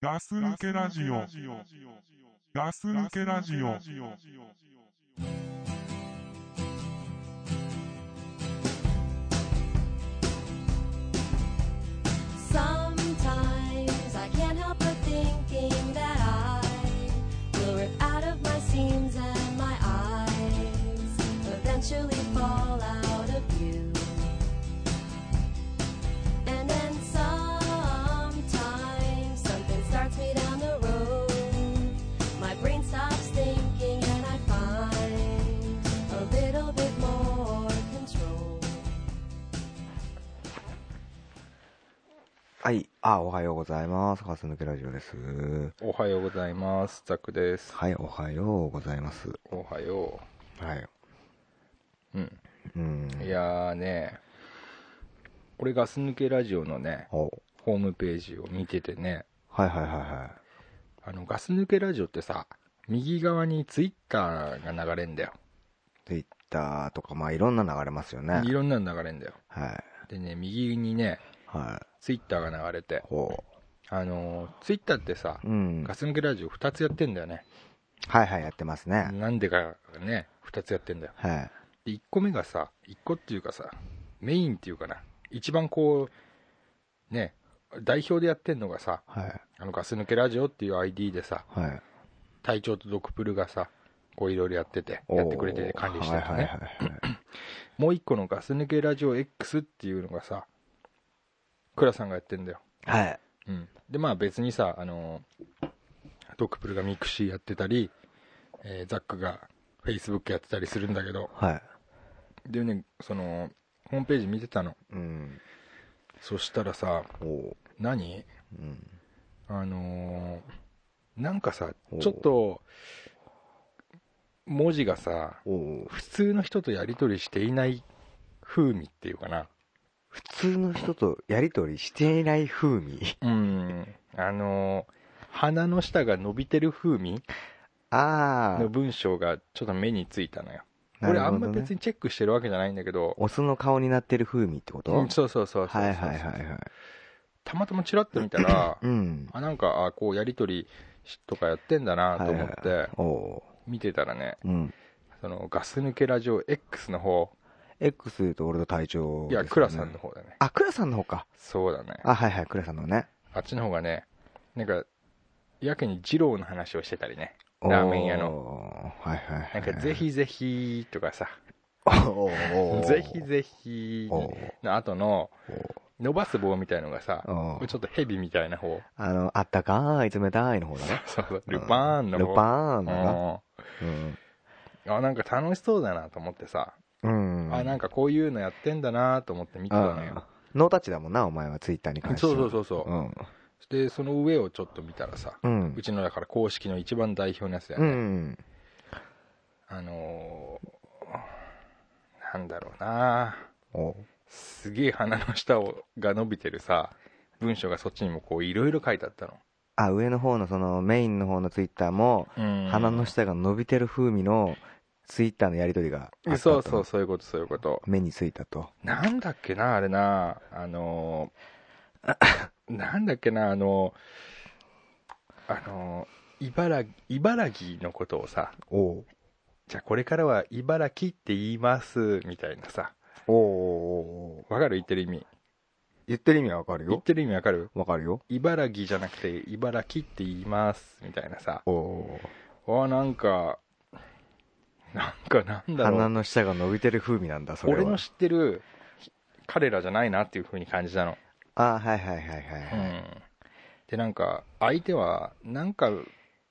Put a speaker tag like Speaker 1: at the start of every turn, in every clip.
Speaker 1: ガス抜けラジオ。ガス抜けラジオ。
Speaker 2: Sometimes I can't help but thinking that I will rip out of my seams and my eyes eventually fall out of view. And then sometimes something starts me down the road. My brain stops thinking and I find a little bit more control.
Speaker 3: はい。あ、おはようございます。ガス抜けラジオです。
Speaker 4: おはようございます。ザクです。
Speaker 3: はい、おはようございます。
Speaker 4: おはよ
Speaker 3: はい。
Speaker 4: う。うん。
Speaker 3: うん。
Speaker 4: いやーね、俺ガス抜けラジオのね、
Speaker 3: お
Speaker 4: ホームページを見ててね、
Speaker 3: はいはいはいは
Speaker 4: あの、ガス抜けラジオってさ、右側にツイッターが流れんだよ。
Speaker 3: い。ツイッターとか、まあいろんな流れますよね。はいい。
Speaker 4: ろんなの流れんだよ。でね、右にね、
Speaker 3: は
Speaker 4: ツイッターが流れて
Speaker 3: い。、ほ
Speaker 4: あのー、ツイッターってさ
Speaker 3: う。、うん。
Speaker 4: ガス抜けラジオ2つやってんだよね。
Speaker 3: はいはい、やってますね。
Speaker 4: なんでかね、2つやってんだよ。
Speaker 3: はい。
Speaker 4: で1個目がさ1個っていうかさメインっていうかな一番こうね代表でやってんのがさ
Speaker 3: はい。
Speaker 4: あのガス抜けラジオっていう ID でさ
Speaker 3: はい。
Speaker 4: 隊長とドクプルがさこういろいろやっててやってくれてて
Speaker 3: おー
Speaker 4: 管理しててね、
Speaker 3: はいはいはいはい。
Speaker 4: もう1個のガス抜けラジオ X っていうのがさ倉さんがやってんだよ、
Speaker 3: はい。
Speaker 4: うん、でまあ別にさあのドクプルがミクシーやってたり、えーザックが Facebook やってたりするんだけど
Speaker 3: はい。
Speaker 4: でねそのホームページ見てたの
Speaker 3: うん。
Speaker 4: そしたらさ
Speaker 3: おう。
Speaker 4: 何
Speaker 3: うん。
Speaker 4: あのーなんかさ
Speaker 3: おう
Speaker 4: ちょっと文字がさ
Speaker 3: おう。
Speaker 4: 普通の人とやり取りしていない風味っていうかな
Speaker 3: 普通の人とやりとりしていない風味。
Speaker 4: うんあのー鼻の下が伸びてる風味
Speaker 3: あ
Speaker 4: の
Speaker 3: ー。
Speaker 4: 文章がちょっと目についたのよ、
Speaker 3: な
Speaker 4: 俺
Speaker 3: る
Speaker 4: あ
Speaker 3: ほ
Speaker 4: んま
Speaker 3: どね
Speaker 4: 別にチェックしてるわけじゃないんだけど
Speaker 3: オスの顔になってる風味ってこと
Speaker 4: うんそうそうそうそうそう
Speaker 3: はいはいはいはい。
Speaker 4: たまたまチラッと見 たら
Speaker 3: うん。
Speaker 4: あなんかあこうやり取りしとかやってんだなと思っ
Speaker 3: はい
Speaker 4: て
Speaker 3: おお
Speaker 4: 見てたらね
Speaker 3: う。うん。
Speaker 4: そのガス抜けラジオ X の方
Speaker 3: X で言うと俺と隊長
Speaker 4: いや、
Speaker 3: です
Speaker 4: ク
Speaker 3: よね
Speaker 4: ラさんの。方だね。
Speaker 3: あ、クラさんの方か。
Speaker 4: そうだね。あ
Speaker 3: あ、はいはい、クラさんのね。
Speaker 4: っちの方がね、なんか、やけに二郎の話をしてたりね。ラーメン屋の。
Speaker 3: の。はいはいは。
Speaker 4: ないんか、ぜ。ひぜひとかさ、
Speaker 3: おー
Speaker 4: ぜひぜひ
Speaker 3: おー
Speaker 4: の後の
Speaker 3: おー
Speaker 4: 伸ばす棒みたいのがさ、
Speaker 3: おー
Speaker 4: ちょっとヘビみたいな方。
Speaker 3: あの、あったかーい、冷たいの方だね。
Speaker 4: そうそう、ルパーンの
Speaker 3: ル
Speaker 4: 方。
Speaker 3: パーンのな。
Speaker 4: うんあ、なんか楽しそうだなと思ってさ、
Speaker 3: うん。うん。
Speaker 4: あ、なんかこういうのやってんだなと思って見てたの
Speaker 3: うん
Speaker 4: よ。。
Speaker 3: ノータッチだもんな、お前はツイッターに関しては。
Speaker 4: そうそうそうそう
Speaker 3: うん。
Speaker 4: で、その上をちょっと見たらさ、
Speaker 3: うん
Speaker 4: う。ちのだから公式の一番代表のやつだよ
Speaker 3: う
Speaker 4: ね。
Speaker 3: ん。
Speaker 4: あのー、なんだろうな
Speaker 3: おー
Speaker 4: すげえ鼻の下をが伸びてるさ文章がそっちにもこういろいろ書いてあったの、
Speaker 3: あ、上の方のそのメインの方のツイッターも、鼻の下が伸びてる風味のツイッターのやりとりがあったと。
Speaker 4: そうそうそういうことそういうこと
Speaker 3: 目についたと。
Speaker 4: なんだっけなあれなあのー、 なんだっけなあのあのー茨茨城のことをさ
Speaker 3: おう
Speaker 4: じゃあこれからは茨城って言いますみたいなさ
Speaker 3: おうおうおう
Speaker 4: わかる言ってる意味
Speaker 3: 言ってる意味はわかる
Speaker 4: 言っ
Speaker 3: よ。
Speaker 4: てる意味わかる
Speaker 3: わかるよ。
Speaker 4: 茨城じゃなくて茨城って言いますみたいなさ
Speaker 3: おお
Speaker 4: わあなんかなんかなんだろ
Speaker 3: 鼻
Speaker 4: う
Speaker 3: の下が伸びてる風味なんだ、それは。
Speaker 4: 俺の知ってるひ彼らじゃないなっていう風に感じたの、
Speaker 3: あはいはいはいは
Speaker 4: う
Speaker 3: い。
Speaker 4: ん、でなんか相手はなんか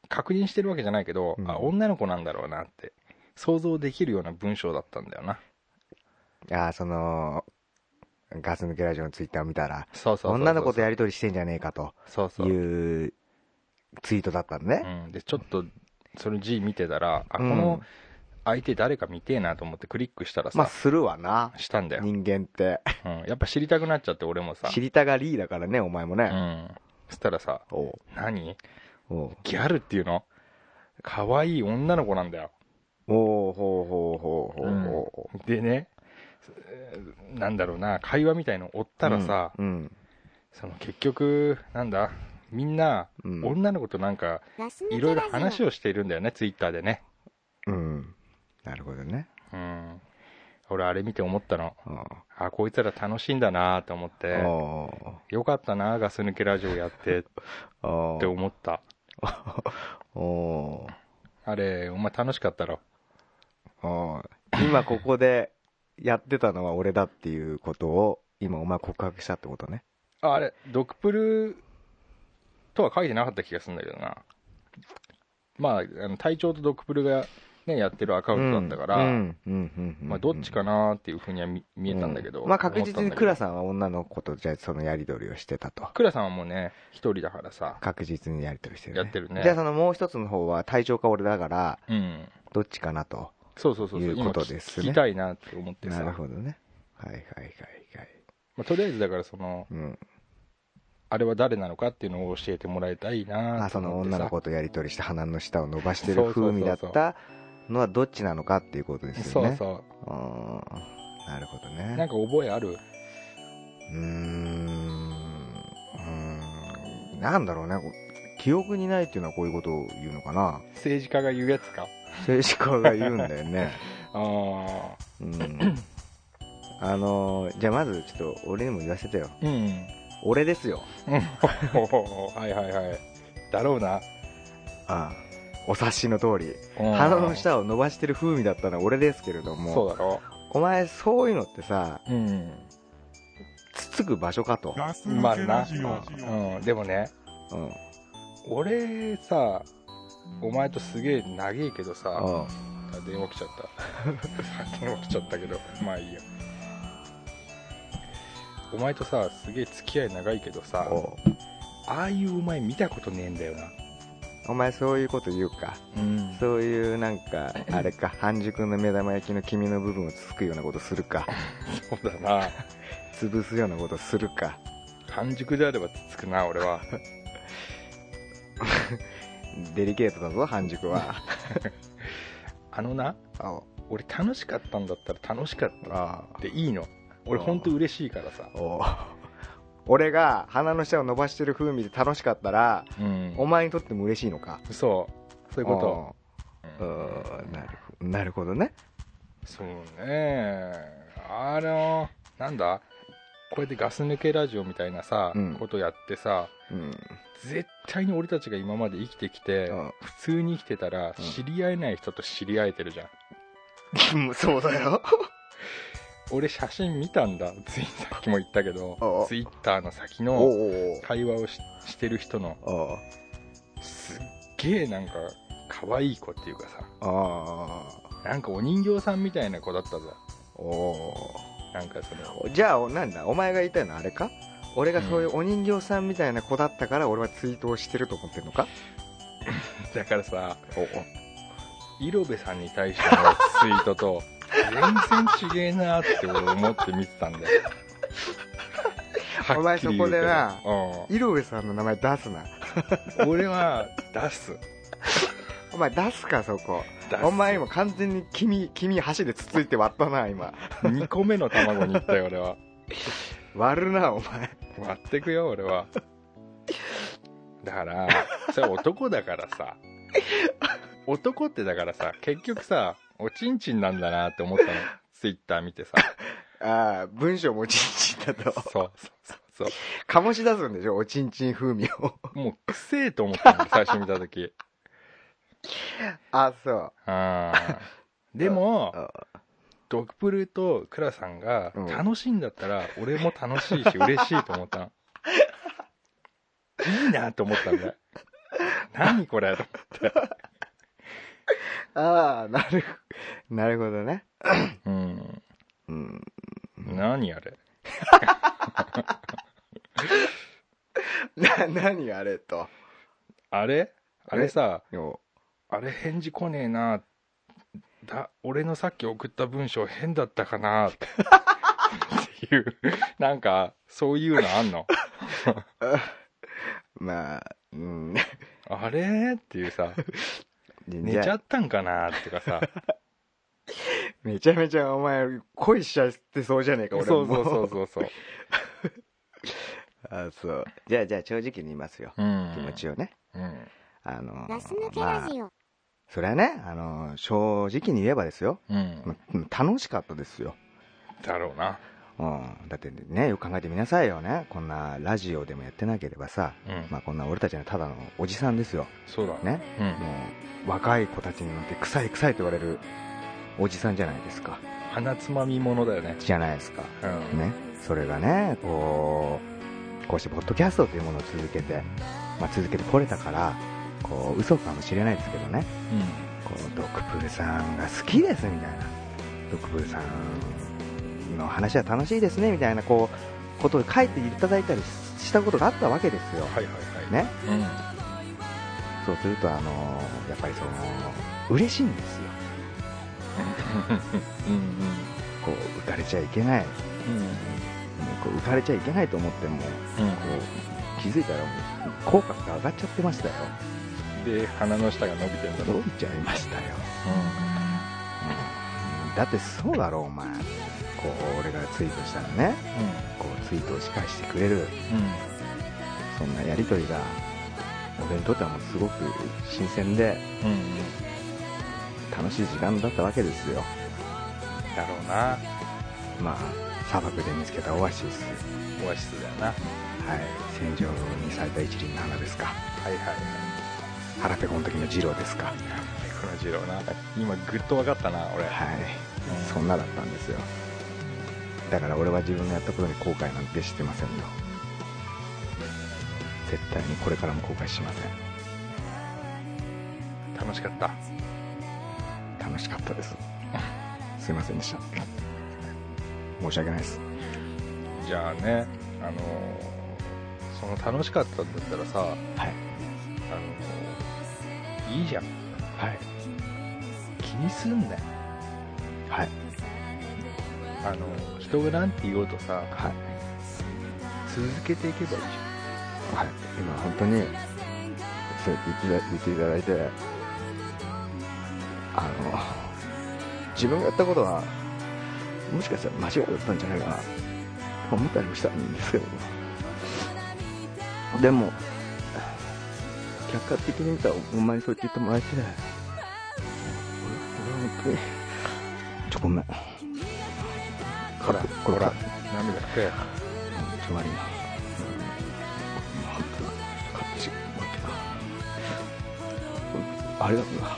Speaker 4: 確認してるわけじゃないけど、
Speaker 3: うん
Speaker 4: あ女の子なんだろうなって想像できるような文章だったんだよな
Speaker 3: ああ、その、ガス抜けラジオのツイッターを見たら、
Speaker 4: そうそうそうそう
Speaker 3: 女の子とやりとりしてんじゃねえかと
Speaker 4: そうそ、
Speaker 3: いううツイートだったんね。
Speaker 4: うん、でちょっとその字見てたらあこ
Speaker 3: うん
Speaker 4: の相手誰か見てえなと思ってクリックしたらさ、
Speaker 3: まあ、するわな。
Speaker 4: したんだよ、
Speaker 3: 人間って。
Speaker 4: うん、やっぱ知りたくなっちゃって俺もさ
Speaker 3: 知りたがりだからね、お前も
Speaker 4: う
Speaker 3: ね。
Speaker 4: んそしたらさ
Speaker 3: おう
Speaker 4: 何
Speaker 3: おう
Speaker 4: ギャルっていうの可愛い女の子なんだよ。
Speaker 3: おうほうほうほうほうほう。
Speaker 4: でね、えーなんだろうな、会話みたいの追ったらさ、
Speaker 3: うん。
Speaker 4: その結局、なんだ、みんな、
Speaker 3: うん
Speaker 4: 女の子となんかいろいろ話をしているんだよねツイッターでね
Speaker 3: うん。なるほどね。
Speaker 4: うん俺あれ見て思ったの
Speaker 3: あ
Speaker 4: あこいつら楽しいんだなと思っ
Speaker 3: あ。
Speaker 4: てよかったなガス抜けラジオやってっ
Speaker 3: ああ
Speaker 4: て。思った
Speaker 3: おー
Speaker 4: あれお前楽しかったろ
Speaker 3: おー今ここでやってたのは俺だっていうことを、今お前告白したってことね。
Speaker 4: ああれドクプルとは書いてなかった気がするんだけどなまああの隊長とドクプルが、ね、やってるアカウントだったから、
Speaker 3: うん、うん、うんうんうん。
Speaker 4: まあ、どっちかなっていうふうには見見えたんだけど、
Speaker 3: うまあ確実にクラ
Speaker 4: さん
Speaker 3: さんは女の子とじゃあそのやり取りをしてたと。
Speaker 4: クラさんはもうね一人だからさ
Speaker 3: 確実にやり取りしてる、ね。
Speaker 4: やってるね
Speaker 3: じゃあそのもう一つの方は体調か俺だから、
Speaker 4: うん
Speaker 3: どっちかなと。
Speaker 4: そうそうそうそう
Speaker 3: いうことですね
Speaker 4: 今聞きたいなって思って
Speaker 3: な
Speaker 4: さ、
Speaker 3: る
Speaker 4: ま
Speaker 3: ほどね。はいはいはいはい。
Speaker 4: あ、とりあえずだからその
Speaker 3: うん。
Speaker 4: あれは誰なのかっていうのを教えてもらいたいな
Speaker 3: あ、
Speaker 4: と
Speaker 3: その
Speaker 4: 思ってさ
Speaker 3: 女の子とやり取りして鼻の下を伸ばして
Speaker 4: そ
Speaker 3: る
Speaker 4: うそうそうそう
Speaker 3: 風味だったのはどっちなのかっていうことです
Speaker 4: そ
Speaker 3: よ
Speaker 4: う
Speaker 3: ね。う
Speaker 4: そ
Speaker 3: んなるほど
Speaker 4: うなん
Speaker 3: ね。
Speaker 4: か覚えある
Speaker 3: うーん。うーん。なんだろうね。こう記憶にないっていうのはこういうことを言うのか な。
Speaker 4: 政治家が言うやつか
Speaker 3: 政治家が言うんだよね。
Speaker 4: あ
Speaker 3: うん。あのーじゃあまずちょっと俺にも言わせてよ。
Speaker 4: あうん
Speaker 3: 俺ですよ。
Speaker 4: うんはいはいはいだろうな
Speaker 3: ああお察しの通り。
Speaker 4: うん
Speaker 3: 鼻の下を伸ばしてる風味だったのは俺ですけれども。
Speaker 4: そうだろ
Speaker 3: お前そういうのってさ
Speaker 4: ううん
Speaker 3: つつく場所かと、
Speaker 1: ガス抜
Speaker 4: まあ
Speaker 1: け
Speaker 4: な
Speaker 1: ラジオ。
Speaker 4: うんでもね
Speaker 3: うんうん、
Speaker 4: 俺さお前とすげえ長いけどさ
Speaker 3: あ
Speaker 4: あ電話来ちゃった電話来ちゃった けどまあいいやお前とさすげえ付き合い長いけどさ
Speaker 3: お
Speaker 4: ああいうお前見たことねえんだよな
Speaker 3: お前そういうこと言うか
Speaker 4: うん
Speaker 3: そういうなんかあれか半熟の目玉焼きの黄身の部分をつつくようなことするか
Speaker 4: そうだな
Speaker 3: 潰すようなことするか
Speaker 4: 半熟であればつつくな俺は
Speaker 3: デリケートだぞ半熟は
Speaker 4: あのな
Speaker 3: あ
Speaker 4: 俺楽しかったんだったら楽しかった
Speaker 3: あ
Speaker 4: っていいの俺ほんと嬉しいからさ
Speaker 3: お俺が鼻の下を伸ばしてる風味で楽しかったら
Speaker 4: うん
Speaker 3: お前にとっても嬉しいのか
Speaker 4: そうそういうこ
Speaker 3: あ
Speaker 4: と
Speaker 3: あうんなるほどなるほどね
Speaker 4: そうねあのなんだこうやってガス抜けラジオみたいなさ、
Speaker 3: うん
Speaker 4: ことやってさ
Speaker 3: うん
Speaker 4: 絶対に俺たちが今まで生きてきて、
Speaker 3: うん
Speaker 4: 普通に生きてた
Speaker 3: う
Speaker 4: ら
Speaker 3: ん
Speaker 4: 知り合えない人と知り合えてるじゃん、
Speaker 3: うんそうだよ
Speaker 4: 俺写真見たんだ ついさっきも言ったけ
Speaker 3: お
Speaker 4: ど
Speaker 3: う
Speaker 4: ツイッターの先
Speaker 3: お
Speaker 4: の
Speaker 3: う
Speaker 4: 会話をししてる人の
Speaker 3: おうおう
Speaker 4: すっげえなんか可愛い子っていうかさ
Speaker 3: あ
Speaker 4: なんかお人形さんみたいな子だったぞ
Speaker 3: あお
Speaker 4: なんかその
Speaker 3: ーじゃあなんだお前が言いたいのはあれか俺がそういうお人形さんみたいな子だったから俺はツイートをしてると思ってるのか、
Speaker 4: だからさ
Speaker 3: おお
Speaker 4: イロベさんに対しての ツイートと全然ちげえなって俺思って見てたんだよ
Speaker 3: お前そこでな
Speaker 4: はっきり言うけどうん
Speaker 3: 井上さんの名前出すな
Speaker 4: 俺は出す
Speaker 3: お前出すかそこ
Speaker 4: 出す
Speaker 3: お前今完全に君君箸でつついて割ったな今
Speaker 4: 2個目の卵に行ったよ俺は
Speaker 3: 割るなお前
Speaker 4: 割ってくよ俺はだからそれ男だからさ男ってだからさ結局さおちんちんなんだなって思ったのツイッター見てさ
Speaker 3: ああ文章もちんちんだと
Speaker 4: そうそうそうそ
Speaker 3: 醸し出すんでしょおちんちん風味を
Speaker 4: うもうくせえと思ったの最初見た時
Speaker 3: あそう
Speaker 4: あーでも
Speaker 3: あ
Speaker 4: ドクプルとクラさんが
Speaker 3: うん
Speaker 4: 楽しいんだったら俺も楽しいし嬉しいと思ったのいいなと思ったんだよ何これ
Speaker 3: ああなるなるほどね
Speaker 4: うん
Speaker 3: うん
Speaker 4: 何あれ
Speaker 3: な何あれと
Speaker 4: あれあれさ
Speaker 3: よ
Speaker 4: あれ返事来ねえなだ俺のさっき送った文章変だったか なっていうなんかそういうのあんの
Speaker 3: まあ うん
Speaker 4: あれっていうさ寝ちゃったんかなって かさ
Speaker 3: めちゃめちゃお前恋しちゃってそうじゃねえか俺も
Speaker 4: そうそうそうそうそう
Speaker 3: あそうじゃあじゃあ正直に言いますよ、
Speaker 4: うん
Speaker 3: 気持ちをね
Speaker 4: うん
Speaker 3: あの
Speaker 5: ガス抜けラジオ。
Speaker 3: それはねあの正直に言えばですよ、
Speaker 4: うん
Speaker 3: ま楽しかったですよ、
Speaker 4: だろうな
Speaker 3: うん、だってねよく考えてみなさいよねこんなラジオでもやってなければさ、
Speaker 4: うん
Speaker 3: まあ、こんな俺たちのただのおじさんですよ
Speaker 4: そうだ
Speaker 3: ね
Speaker 4: うん
Speaker 3: もう若い子たちに乗って臭い臭いと言われるおじさんじゃないですか
Speaker 4: 鼻つまみものだよね
Speaker 3: じゃないですか
Speaker 4: うん
Speaker 3: ね、それがねこうこうしてポッドキャストというものを続けて、まあ、続けてこれたからこう嘘かもしれないですけどねこうドクプルさんが好きですみたいなドクプルさんの話は楽しいですねみたいなこうことを書いていただいたりししたことがあったわけですよ、
Speaker 4: はいはいはい
Speaker 3: ね、
Speaker 4: うん
Speaker 3: そうするとあのやっぱりその嬉しいんですよ
Speaker 4: うん
Speaker 3: こう浮かれちゃいけない
Speaker 4: うん
Speaker 3: こう浮かれちゃいけないと思っても
Speaker 4: うん
Speaker 3: こう気づいたらもう口角が上がっちゃってましたよ
Speaker 4: うんで鼻の下が伸びてるんだろう
Speaker 3: 伸びちゃいましたよ、うん、だってそうだろお前こう俺がツイートしたらねこうツイートを仕返してくれる
Speaker 4: うんうん
Speaker 3: そんなやり取りが俺にとってはもうすごく新鮮で
Speaker 4: うんうん
Speaker 3: 楽しい時間だったわけですよ
Speaker 4: だろうな
Speaker 3: まあ砂漠で見つけたオアシス
Speaker 4: オアシスだよなは
Speaker 3: はい戦場に咲いた一輪の花ですか
Speaker 4: いはい
Speaker 3: 腹ペコの時の二郎ですか
Speaker 4: この二郎な今グッと分かったな俺
Speaker 3: はい、そんなだったんですよだから俺は自分のやったことに後悔なんてしてませんよ絶対にこれからも後悔しません
Speaker 4: 楽しかった
Speaker 3: 楽しかったですすいませんでした申し訳ないです
Speaker 4: じゃあねあのーその楽しかったんだったらさあの
Speaker 3: はい
Speaker 4: ーいいじゃん
Speaker 3: はい
Speaker 4: 気にすんなよ
Speaker 3: はい
Speaker 4: あの人がなんて言おうとさ
Speaker 3: はい、
Speaker 4: 続けていけばいいじ
Speaker 3: はい、今本当にそうやって言って言っていただいてあの自分がやったことはもしかしたら間違いだったんじゃないかなと思ったりもしたんですけどでも客観的に見たらほんまにそうやって言ってもらえて俺俺は本当にちょごめん
Speaker 4: ゃんほら
Speaker 3: これ
Speaker 4: ほら涙拭け
Speaker 3: ちょ悪いな。うん。本当買ってしまったな。ありがとうな。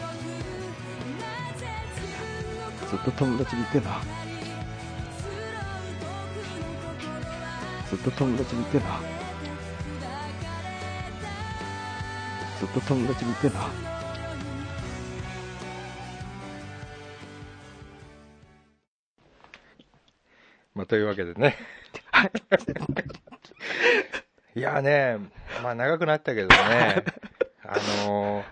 Speaker 3: ずっと友達でいてな。ずっと友達でいてな。ずっと友達でいてな。
Speaker 4: まあ、というわけで ね。いやね、まあ長くなったけどね、 あのー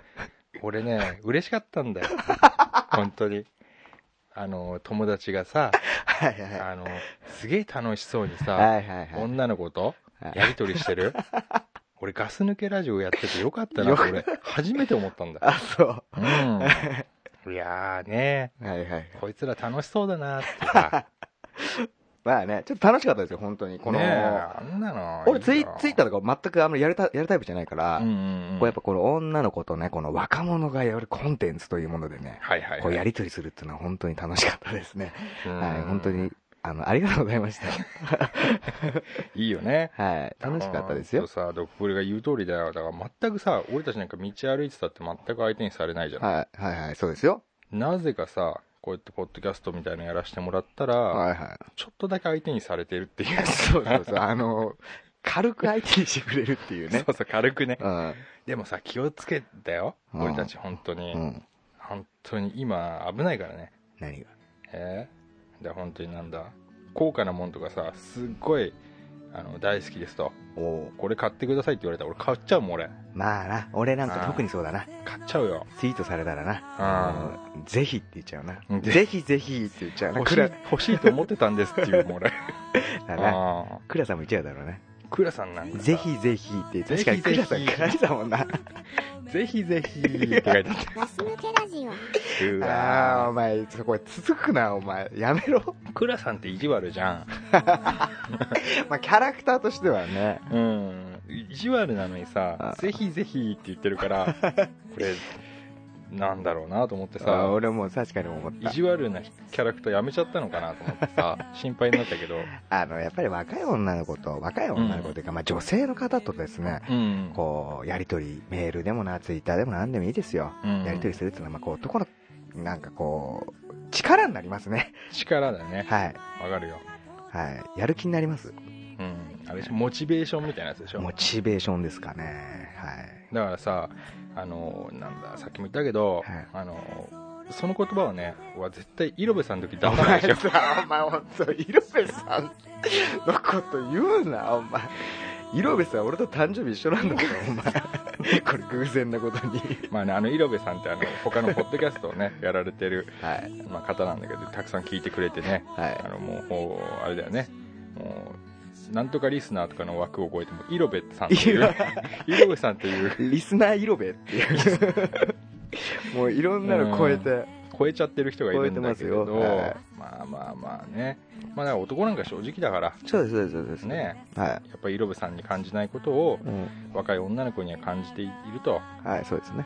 Speaker 4: 俺ね、嬉しかったんだよ。本当に。あのー友達がさ、
Speaker 3: はいはい
Speaker 4: あのーすげえ楽しそうにさ、
Speaker 3: はいはいはい。
Speaker 4: 女の子と
Speaker 3: はい
Speaker 4: やりとりしてる。俺ガス抜けラジオやっててよかったなって俺、初めて思ったんだ。
Speaker 3: あ、そう。
Speaker 4: うん。いやーね、
Speaker 3: はいはい。
Speaker 4: こいつら楽しそうだなって さ、
Speaker 3: まあね、ちょっと楽しかったですよ、本当に。この、
Speaker 4: ねえあんなの。
Speaker 3: 俺
Speaker 4: いい
Speaker 3: ツイ
Speaker 4: よ
Speaker 3: ツイッターとか全くあんまりやるタやるタイプじゃないから、
Speaker 4: うんうんうん
Speaker 3: こうやっぱこの女の子とね、この若者がやるコンテンツというものでね、
Speaker 4: はいはいはい、
Speaker 3: こうやりとりするっていうのは本当に楽しかったですね。
Speaker 4: うん
Speaker 3: はい、本当に、あの、ありがとうございました。
Speaker 4: いいよね
Speaker 3: はい、楽しかったですよ
Speaker 4: あ。のそうさドッグフルが言う通りだよだから全くさ俺たちなんか道歩いてたって全く相手にされないじゃん、
Speaker 3: はい、はい、はい、そうですよ。
Speaker 4: なぜかさこうやってポッドキャストみたいなのやらせてもらったら、
Speaker 3: はい、は
Speaker 4: ちょっとだけ相手にされてるっ ていう
Speaker 3: い。そうそうそう、あの、軽く相手にしてくれるっていうね
Speaker 4: そ。うそう軽くね
Speaker 3: うん、
Speaker 4: でもさ気をつけたよ
Speaker 3: うん
Speaker 4: 俺たち本当に、
Speaker 3: うん。
Speaker 4: 本当に今危ないからね
Speaker 3: 何が
Speaker 4: えー、で本当になんだ高価なもんとかさすっごいあの大好きですと
Speaker 3: おお
Speaker 4: これ買ってくださいって言われたら俺買っちゃうもん俺
Speaker 3: まあな、俺なんか特にそうだな。
Speaker 4: 買っちゃうよ
Speaker 3: ツイートされたらな、あのぜひって言っちゃうな
Speaker 4: う。ん
Speaker 3: ぜひぜひって言っちゃうな。
Speaker 4: 欲しい
Speaker 3: 倉
Speaker 4: 欲しいと思ってたんですっていうもん俺
Speaker 3: だな。
Speaker 4: ああ
Speaker 3: 倉さんも言っちゃうだろうね。
Speaker 4: クラさんなんかさ
Speaker 3: ぜひぜひって、確かに
Speaker 4: ぜ
Speaker 3: クラ
Speaker 4: ひぜひ
Speaker 3: さん、クラさんもな。
Speaker 4: ぜひぜひって書いてあっ
Speaker 5: ガス抜けラジオ。
Speaker 4: う
Speaker 3: ああーお
Speaker 4: わ
Speaker 3: 前そこ続くなお前やめろ
Speaker 4: ークラさんって意地悪じゃん
Speaker 3: まあキャラクターとしてはね
Speaker 4: うん意地悪なのにさ
Speaker 3: あ
Speaker 4: 「ぜひぜひ」って言ってるから これなんだろうなと思って
Speaker 3: あー
Speaker 4: さ
Speaker 3: 俺も確かに思っ
Speaker 4: 意
Speaker 3: た
Speaker 4: 地悪なキャラクターやめちゃったのかなと思ってさ 心配になったけど
Speaker 3: あのやっぱり若い女の子と若い女の子というか、まあ、女性の方とですね
Speaker 4: うん
Speaker 3: こうやり取りメールでもなツイッターでも何でもいいですよ、
Speaker 4: うん
Speaker 3: やり取りするっていうのは、まあ、こう男のなんかこう力になりますね
Speaker 4: 力だね
Speaker 3: はい、
Speaker 4: わかるよ
Speaker 3: はい、やる気になります
Speaker 4: うんあれでしょモチベーションみたいなやつでしょ
Speaker 3: モチベーションですかねはい
Speaker 4: だからさあのなんださっきも言ったけど、
Speaker 3: はい
Speaker 4: あのその言葉をねは絶対イロベさんの時出さ
Speaker 3: お
Speaker 4: な
Speaker 3: 前
Speaker 4: い でしょ
Speaker 3: さお前本当色部さんのこと言うなお前色部さん俺と誕生日一緒なんだからお前これ偶然なことに
Speaker 4: まあねあのイロベさんってあの他のポッドキャストをね やられてる、
Speaker 3: はい
Speaker 4: まあ、方なんだけどたくさん聞いてくれてね
Speaker 3: はい
Speaker 4: あのもうほうあれだよねもうなんとかリスナーとかの枠を超えてもイロベさんっていう イロベさんっていう
Speaker 3: リスナー色部っていうもういろんなの超えて
Speaker 4: 超えちゃってる人がいるんだけれど
Speaker 3: 超えてますよはい
Speaker 4: まあまあまあねまあだから男なんか正直だから
Speaker 3: そうですそうですそうです
Speaker 4: ね
Speaker 3: は
Speaker 4: やっぱりイロベさんに感じないことを
Speaker 3: い、うん
Speaker 4: 若い女の子には感じていると、
Speaker 3: はい、そうですね。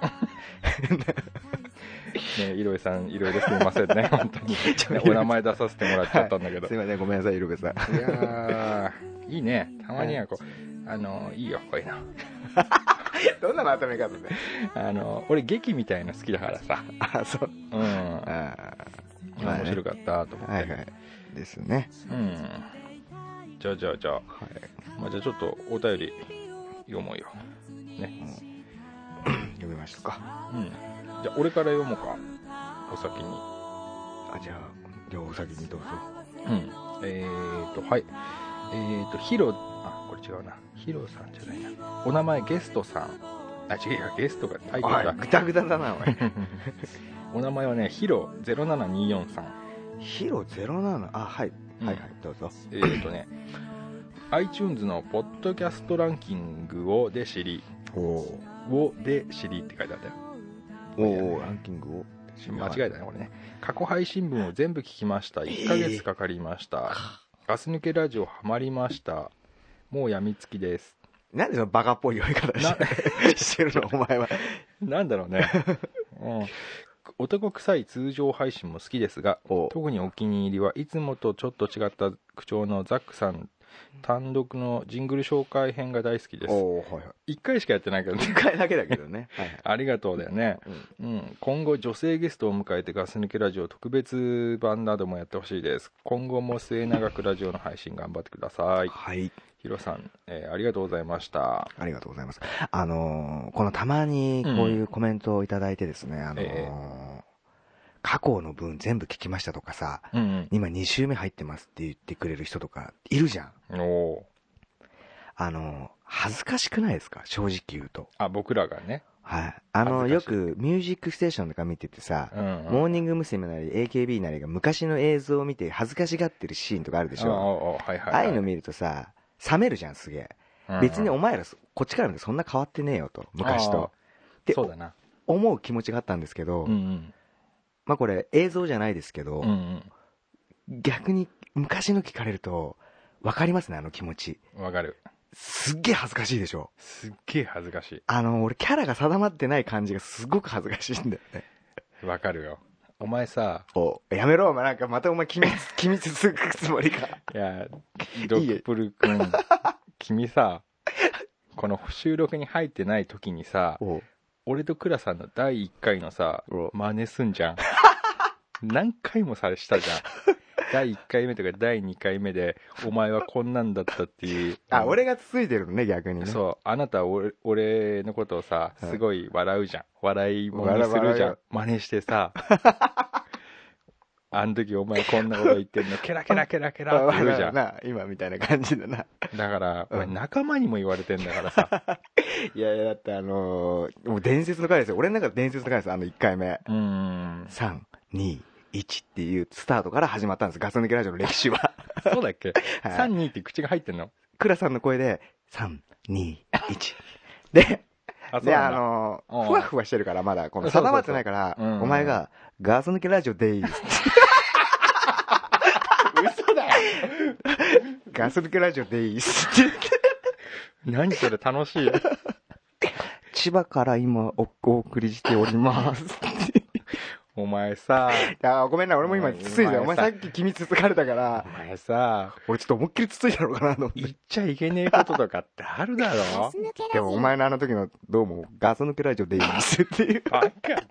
Speaker 4: ね、井上さん、いろいろすみませんね、本当に、
Speaker 3: ちょ
Speaker 4: ね
Speaker 3: いろい
Speaker 4: お
Speaker 3: ろ
Speaker 4: 名前出させてもらっちゃったんだけど、
Speaker 3: すいません、ごめんなさい、イルベさん。
Speaker 4: い、やー、いいね、たまにはこう、あのいいよ、こういうの、
Speaker 3: どんなまとめ方で。
Speaker 4: あの俺、劇みたいの好きだからさ、
Speaker 3: あ、そう。
Speaker 4: うん、
Speaker 3: あーまあ、
Speaker 4: 面白かったと思って、
Speaker 3: はいはい。ですね。
Speaker 4: うん、じゃあ、じゃあ、じゃあ、
Speaker 3: はい。
Speaker 4: まあ、じゃあちょっとお便り読もうよ、
Speaker 3: 読みましたか。
Speaker 4: うん、じゃあ、俺から読もうか、お先に。
Speaker 3: あ、じゃあ、じゃあ、お先にどうぞ。
Speaker 4: うん、えーとはいえーとヒロあこれ違うなヒロさんじゃないなお名前ゲストさんあ違うゲストがタイトル
Speaker 3: あ
Speaker 4: だ、
Speaker 3: ぐだぐだだな、おい。
Speaker 4: お名前はねヒロ0724さん
Speaker 3: ヒロゼロなの。あ、はい。
Speaker 4: うん
Speaker 3: はいはい、どうぞ。
Speaker 4: えーとね iTunes のポッドキャストランキングをで知り
Speaker 3: おお。
Speaker 4: をで知りって書いてあったよ
Speaker 3: おお、ランキングを。
Speaker 4: 間違いだねこれね過去配信分を全部聞きました1ヶ月かかりました、ガス抜けラジオハマりましたもうやみつきです
Speaker 3: なんでそのバカっぽい呼び方
Speaker 4: な
Speaker 3: してしてる の、お前は。
Speaker 4: なんだろうね、うん、男臭い通常配信も好きですが
Speaker 3: お
Speaker 4: 特にお気に入りはいつもとちょっと違った口調のザックさん単独のジングル紹介編が大好きです
Speaker 3: おお、はいはい。
Speaker 4: 1回しかやってないけどね
Speaker 3: 一回だけだけどね。はいはい。
Speaker 4: ありがとうだよね、うん、今後女性ゲストを迎えてガス抜けラジオ特別版などもやってほしいです今後も末永くラジオの配信頑張ってください
Speaker 3: はい。
Speaker 4: ヒロさん、えーありがとうございました
Speaker 3: ありがとうございます。あのーこのたまにこういうコメントをいただいてですね、あのー
Speaker 4: え
Speaker 3: 過去の分全部聞きましたとかさ、
Speaker 4: うん、
Speaker 3: 今2週目入ってますって言ってくれる人とかいるじゃん。
Speaker 4: うん、おー
Speaker 3: あのー恥ずかしくないですか正直言うと。
Speaker 4: あ僕らがね、
Speaker 3: はい。あのー
Speaker 4: 恥ず
Speaker 3: よ
Speaker 4: かしい
Speaker 3: くミュージックステーションとか見ててさ、
Speaker 4: うんうん、
Speaker 3: モーニング娘。なり AKB なりが昔の映像を見て恥ずかしがってるシーンとかあるでし
Speaker 4: ああ
Speaker 3: ょ
Speaker 4: ああはいはい、
Speaker 3: ああいうの見るとさ、冷めるじゃんすげえ。
Speaker 4: うん
Speaker 3: 別にお前らそこっちから見てそんな変わってねえよと、昔と。
Speaker 4: ああ
Speaker 3: で
Speaker 4: そうだな
Speaker 3: 思う気持ちがあったんですけど、
Speaker 4: うんうん
Speaker 3: まあこれ映像じゃないですけど、
Speaker 4: うんうん
Speaker 3: 逆に昔の聞かれると分かりますねあの気持ち
Speaker 4: わかる
Speaker 3: すっげえ恥ずかしいでしょ
Speaker 4: すっげえ恥ずかし
Speaker 3: あの俺キャラが定まってない感じがすごく恥ずかしいんだよね
Speaker 4: いわかるよお前さ
Speaker 3: おやめろお前なんかまたお前機密機密つくつもりか
Speaker 4: いやドクプル君君さこの収録に入ってない時にさ
Speaker 3: お
Speaker 4: 俺と倉さんの第1回のさ
Speaker 3: お
Speaker 4: 真似すん じゃん何回もされしたじゃん第1回目とか第2回目でお前はこんなんだったっていう
Speaker 3: あ俺がつついてるのね逆にね
Speaker 4: そうあなたは俺俺のことをさ
Speaker 3: はい
Speaker 4: すごい笑うじゃん、笑いものにするじゃん
Speaker 3: 笑
Speaker 4: 真似し てさあの時お前こんなこと言ってんのケラケラケラケラ
Speaker 3: あ
Speaker 4: って言うじゃ
Speaker 3: わ
Speaker 4: ん
Speaker 3: かるな今みたいな感じだな
Speaker 4: だから
Speaker 3: うん
Speaker 4: 俺仲間にも言われてんだか らさ
Speaker 3: いやいやだってあのーもう伝説の回ですよ俺の中で伝説の回ですあの1回目
Speaker 4: うーん
Speaker 3: 321っていうスタートから始まったんですガス抜けラジオの歴史 は
Speaker 4: そうだっけ
Speaker 3: はい
Speaker 4: 32って口が入ってんの
Speaker 3: 倉さんの声で、3、2、1。で、
Speaker 4: あそう
Speaker 3: で、
Speaker 4: な
Speaker 3: あ
Speaker 4: んだ
Speaker 3: の
Speaker 4: うん
Speaker 3: ふわふわしてるから、まだ、この
Speaker 4: そうそうそう
Speaker 3: 定まってないから、
Speaker 4: うん
Speaker 3: お前が、ガス抜けラジオでいいです。
Speaker 4: 嘘だよ
Speaker 3: ガス抜けラジオでいいです。って言って
Speaker 4: 何それ楽しい
Speaker 3: 千葉から今お、お送りしております。
Speaker 4: お前さ
Speaker 3: あごめんな、俺も今つついた。
Speaker 4: お
Speaker 3: お
Speaker 4: 前
Speaker 3: 前
Speaker 4: さ
Speaker 3: さっき君つつかれたから
Speaker 4: お、前さ
Speaker 3: 俺ちょっと思いっきりつついたのかなと思って
Speaker 4: 言っちゃいけねえこととかってあるだろ
Speaker 3: でもお前のあの時の、どうも、ガス抜けラジオでいいですって いう。
Speaker 4: バカじゃん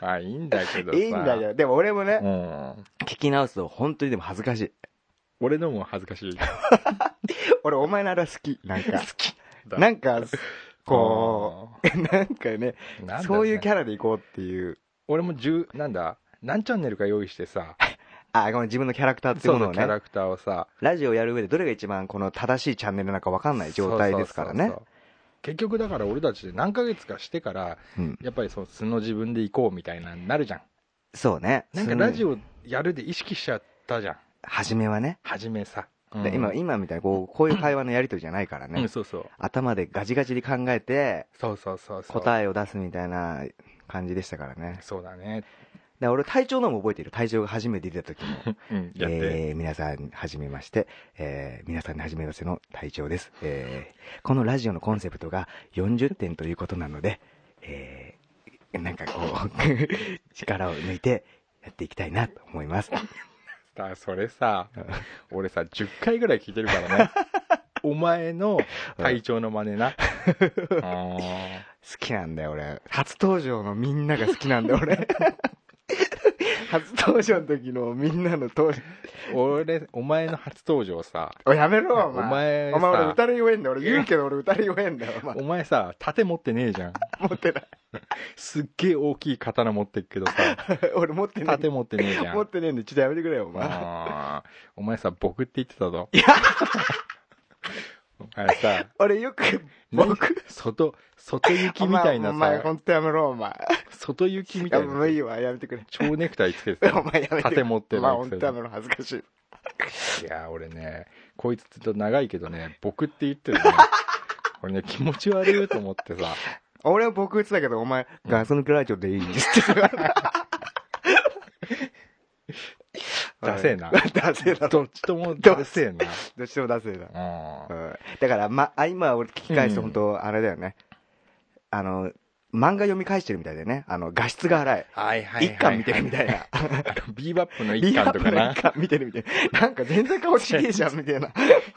Speaker 4: まあいいんだけどさ
Speaker 3: いいんだけど、でも俺もね、
Speaker 4: うん
Speaker 3: 聞き直すと本当にでも恥ずかしい。
Speaker 4: 俺のも恥ずかしい
Speaker 3: 俺お前のあ れは好き。なんか、
Speaker 4: きだ
Speaker 3: なんか、こう、なんかね、
Speaker 4: うんなんだろね
Speaker 3: そういうキャラでいこうっていう。
Speaker 4: 俺も10なんだ何チャンネルか用意してさ
Speaker 3: あ、ごめん、自分のキャラクターっていう
Speaker 4: そ
Speaker 3: もの
Speaker 4: の
Speaker 3: を
Speaker 4: キャ
Speaker 3: ね、
Speaker 4: ラクターをさ
Speaker 3: ラジオやる上でどれが一番この正しいチャンネルなのか分かんない状態ですから
Speaker 4: そう
Speaker 3: ね
Speaker 4: そうそう。そう結局だから俺たちで何ヶ月かしてから
Speaker 3: うん
Speaker 4: やっぱりその素の自分で行こうみたいなになるじゃん
Speaker 3: そうね。
Speaker 4: なんかラジ
Speaker 3: オ。
Speaker 4: オやるで意識しちゃったじゃん
Speaker 3: 初めはね。
Speaker 4: 初めさ、うん
Speaker 3: で今、今みたいにこう、こういう会話のやりとりじゃないから
Speaker 4: う
Speaker 3: ね
Speaker 4: ん、。そうそう
Speaker 3: 頭でガチガチに考えて、
Speaker 4: そうそうそうそう
Speaker 3: 答えを出すみたいな感じでしたからね。
Speaker 4: そうだね、
Speaker 3: で俺、隊長のも覚えてる。隊長が初めて出た時も。
Speaker 4: うん、 やって、
Speaker 3: えー皆さん、はじめまして。えー皆さんにはじめましての隊長です。えーこのラジオのコンセプトが40点ということなので、えーなんかこう、 力を抜いてやっていきたいなと思います。
Speaker 4: だからそれさ俺さ10回ぐらい聞いてるから ねお前の体調の真似なうん
Speaker 3: 好きなんだよ、俺。初登場のみんなが好きなんだよ、 俺。初登場の時のみんなの登場。
Speaker 4: 俺お前の初登場さ
Speaker 3: おやめろ、お
Speaker 4: お前
Speaker 3: 前。
Speaker 4: さ
Speaker 3: お前、俺歌で弱えんだよ。俺言うけど俺歌で弱えんだよ、お前
Speaker 4: お前さ盾持ってねえじゃん
Speaker 3: 持ってない。
Speaker 4: すっげえ大きい刀持ってっけ どさ
Speaker 3: 俺持ってない。
Speaker 4: 盾持ってねえじゃん
Speaker 3: 持ってねえんで、ちょっとやめてくれよ、お前。
Speaker 4: あーお前さ僕って言ってたぞ お前さ
Speaker 3: 俺よく、
Speaker 4: 何
Speaker 3: 僕、
Speaker 4: 外外行きみたいな
Speaker 3: お前、お前ほ
Speaker 4: さ
Speaker 3: んとやめろ、お前。
Speaker 4: 外行きみ
Speaker 3: い
Speaker 4: た
Speaker 3: や、
Speaker 4: い
Speaker 3: もう
Speaker 4: ない
Speaker 3: いわ、やめてくれ。
Speaker 4: 蝶ネクタイつけてた
Speaker 3: お前やめてくれ。
Speaker 4: 盾持って
Speaker 3: お
Speaker 4: な
Speaker 3: 前、
Speaker 4: い
Speaker 3: ほ
Speaker 4: くせ
Speaker 3: ん
Speaker 4: に
Speaker 3: とやめろ、恥ずかしい。
Speaker 4: いやー俺ねこいつずっと長いけどね僕って言 ってるね俺ね気持ち悪いと思ってさ
Speaker 3: 俺は僕言ってたけど、お前、
Speaker 4: ん
Speaker 3: ガス抜けラジオでいいですって。
Speaker 4: ダセえな
Speaker 3: ダセえだろ。
Speaker 4: どっちともダセえな
Speaker 3: どっちでもダセえだ。う
Speaker 4: うん
Speaker 3: んだから、ま、あ今俺聞き返すと
Speaker 4: うん
Speaker 3: 本当あれだよね。あの、漫画読み返してるみたいだよね。あの、画質が荒い。
Speaker 4: はいはい
Speaker 3: 一巻見てるみたいな。
Speaker 4: あのビーバップの一
Speaker 3: リハ
Speaker 4: 巻と
Speaker 3: ー
Speaker 4: か
Speaker 3: ブの
Speaker 4: な
Speaker 3: 一巻見てるみたいな。なんか全然顔ちげえじゃん、みたい な。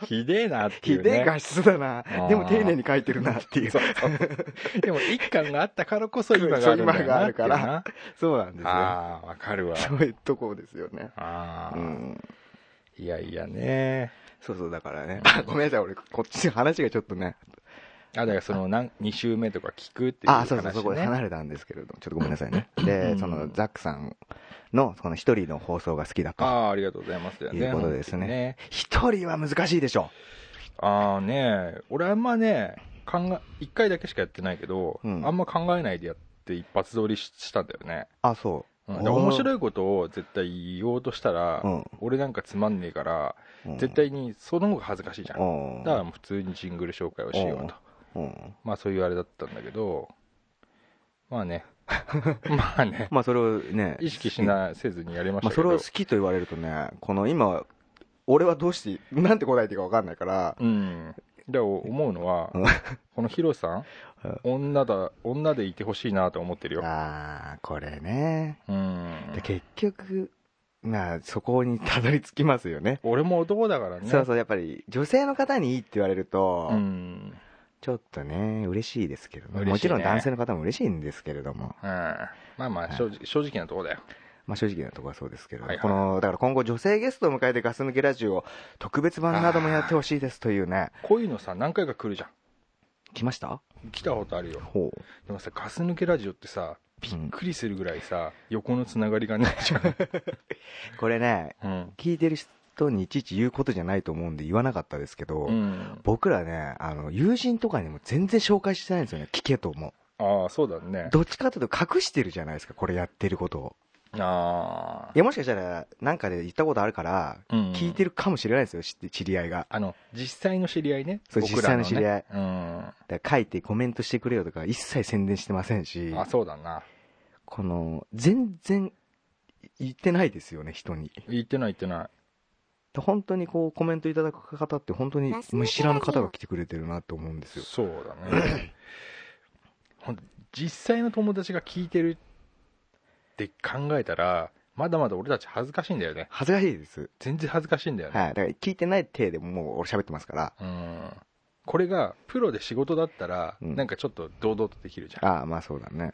Speaker 4: ひでえなってい
Speaker 3: ひ
Speaker 4: う
Speaker 3: でえ
Speaker 4: ね
Speaker 3: 画質だな
Speaker 4: ー。
Speaker 3: でも丁寧に書いてるなっていう。
Speaker 4: そうでも一巻があったからこそ今があるんだよなってい
Speaker 3: そ
Speaker 4: う
Speaker 3: う今がある
Speaker 4: な
Speaker 3: そうなんですよ。
Speaker 4: ああわかるわ
Speaker 3: そういうとこですよね。
Speaker 4: あ
Speaker 3: う
Speaker 4: あ、
Speaker 3: ん。
Speaker 4: いやいやね
Speaker 3: そうそう、だから ね。ごめんなさい、俺、こっちの話がちょっとね。
Speaker 4: あだからそのなん2週目とか聞くっていう話、
Speaker 3: あ
Speaker 4: ね、
Speaker 3: ー、そうそう、そこで離れたんですけれども、ちょっとごめんなさい ね。
Speaker 4: う
Speaker 3: で、
Speaker 4: ん
Speaker 3: その、ザックさんの、この一人の放送が好きだ
Speaker 4: あ
Speaker 3: と。
Speaker 4: あありがとうございますだよね
Speaker 3: いうことですね
Speaker 4: 本当に
Speaker 3: 一人は難しいでしょ。
Speaker 4: ああね俺あんまね考え1回だけしかやってないけど、
Speaker 3: うん
Speaker 4: あんま考えないでやって一発撮りししたんだよね、
Speaker 3: あ、そ
Speaker 4: うん
Speaker 3: おー
Speaker 4: で面白いことを絶対言おうとしたら、
Speaker 3: うん
Speaker 4: 俺なんかつまんねえから、
Speaker 3: う。うん
Speaker 4: 絶。対にその方が恥ずかしいじゃん、
Speaker 3: うん。
Speaker 4: だからもう普通にジングル紹介をしようと、
Speaker 3: うんうん。
Speaker 4: まあそういうあれだったんだけどま あねまあね
Speaker 3: まあ、それをね、
Speaker 4: 意識しなせずにやりまし
Speaker 3: ま
Speaker 4: た
Speaker 3: あ、
Speaker 4: けど、
Speaker 3: それを好きと言われるとね、この今、俺はどうして、なんて答えていいか分かんないから、
Speaker 4: うんで思うのは
Speaker 3: うん
Speaker 4: このヒロさん女だ女でいてほしいなと思ってるよ
Speaker 3: ああ、これね。
Speaker 4: うん
Speaker 3: で結局、まあ、そこにたどり着きますよね。
Speaker 4: 俺も男だからね
Speaker 3: そうそう、やっぱり、女性の方にいいって言われると、
Speaker 4: ん、
Speaker 3: ちょっとね、嬉しいですけど、
Speaker 4: 嬉しいね
Speaker 3: もちろん男性の方も嬉しいんですけれども、
Speaker 4: うん、まあまあ正直正直なとこだよ
Speaker 3: まあ正直なところはそうですけれども、
Speaker 4: はいはい
Speaker 3: この、だから今後女性ゲストを迎えてガス抜けラジオ、特別版などもやってほしいですというね、
Speaker 4: こういうのさ何回か来るじゃ
Speaker 3: 来ました
Speaker 4: ん来たことあるよ
Speaker 3: ほう。
Speaker 4: でもさガス抜けラジオってさび
Speaker 3: う
Speaker 4: っ
Speaker 3: ん
Speaker 4: くりするぐらいさ横のつながりがないじゃ ん、
Speaker 3: これね、
Speaker 4: うん
Speaker 3: 聞いてる人にいちいち言うことじゃないと思うんで言わなかったですけど、
Speaker 4: うん、
Speaker 3: 僕らね、あの、友人とかにも全然紹介してないんですよね。聞けと思
Speaker 4: ああそうだね
Speaker 3: う。どっちかというと隠してるじゃないですか、これやってることを。
Speaker 4: あ
Speaker 3: いやもしかしたらなんかで言ったことあるから
Speaker 4: あ、うん
Speaker 3: 聞いてるかもしれないですよ知って知り合いが
Speaker 4: あの実際の知り合いね
Speaker 3: そう
Speaker 4: 僕ら
Speaker 3: 実際の知り合い
Speaker 4: うん
Speaker 3: だから書いてコメントしてくれよとか一切宣伝してませんし
Speaker 4: あそうだな
Speaker 3: この全然言ってないですよね人に
Speaker 4: 言ってない言ってない
Speaker 3: 本当にこうコメントいただく方って本当に見知らぬ方が来てくれてるなと思うんですよ
Speaker 4: そうだね ほんと実際の友達が聞いてるって考えたらまだまだ俺たち恥ずかしいんだよね
Speaker 3: 恥ずかしいです
Speaker 4: 全然恥ずかしいんだよね、
Speaker 3: はいだから聞いてない体でもう俺喋ってますから
Speaker 4: うんこれがプロで仕事だったら、
Speaker 3: うん
Speaker 4: なんかちょっと堂々とできるじゃん
Speaker 3: ああまあそうだね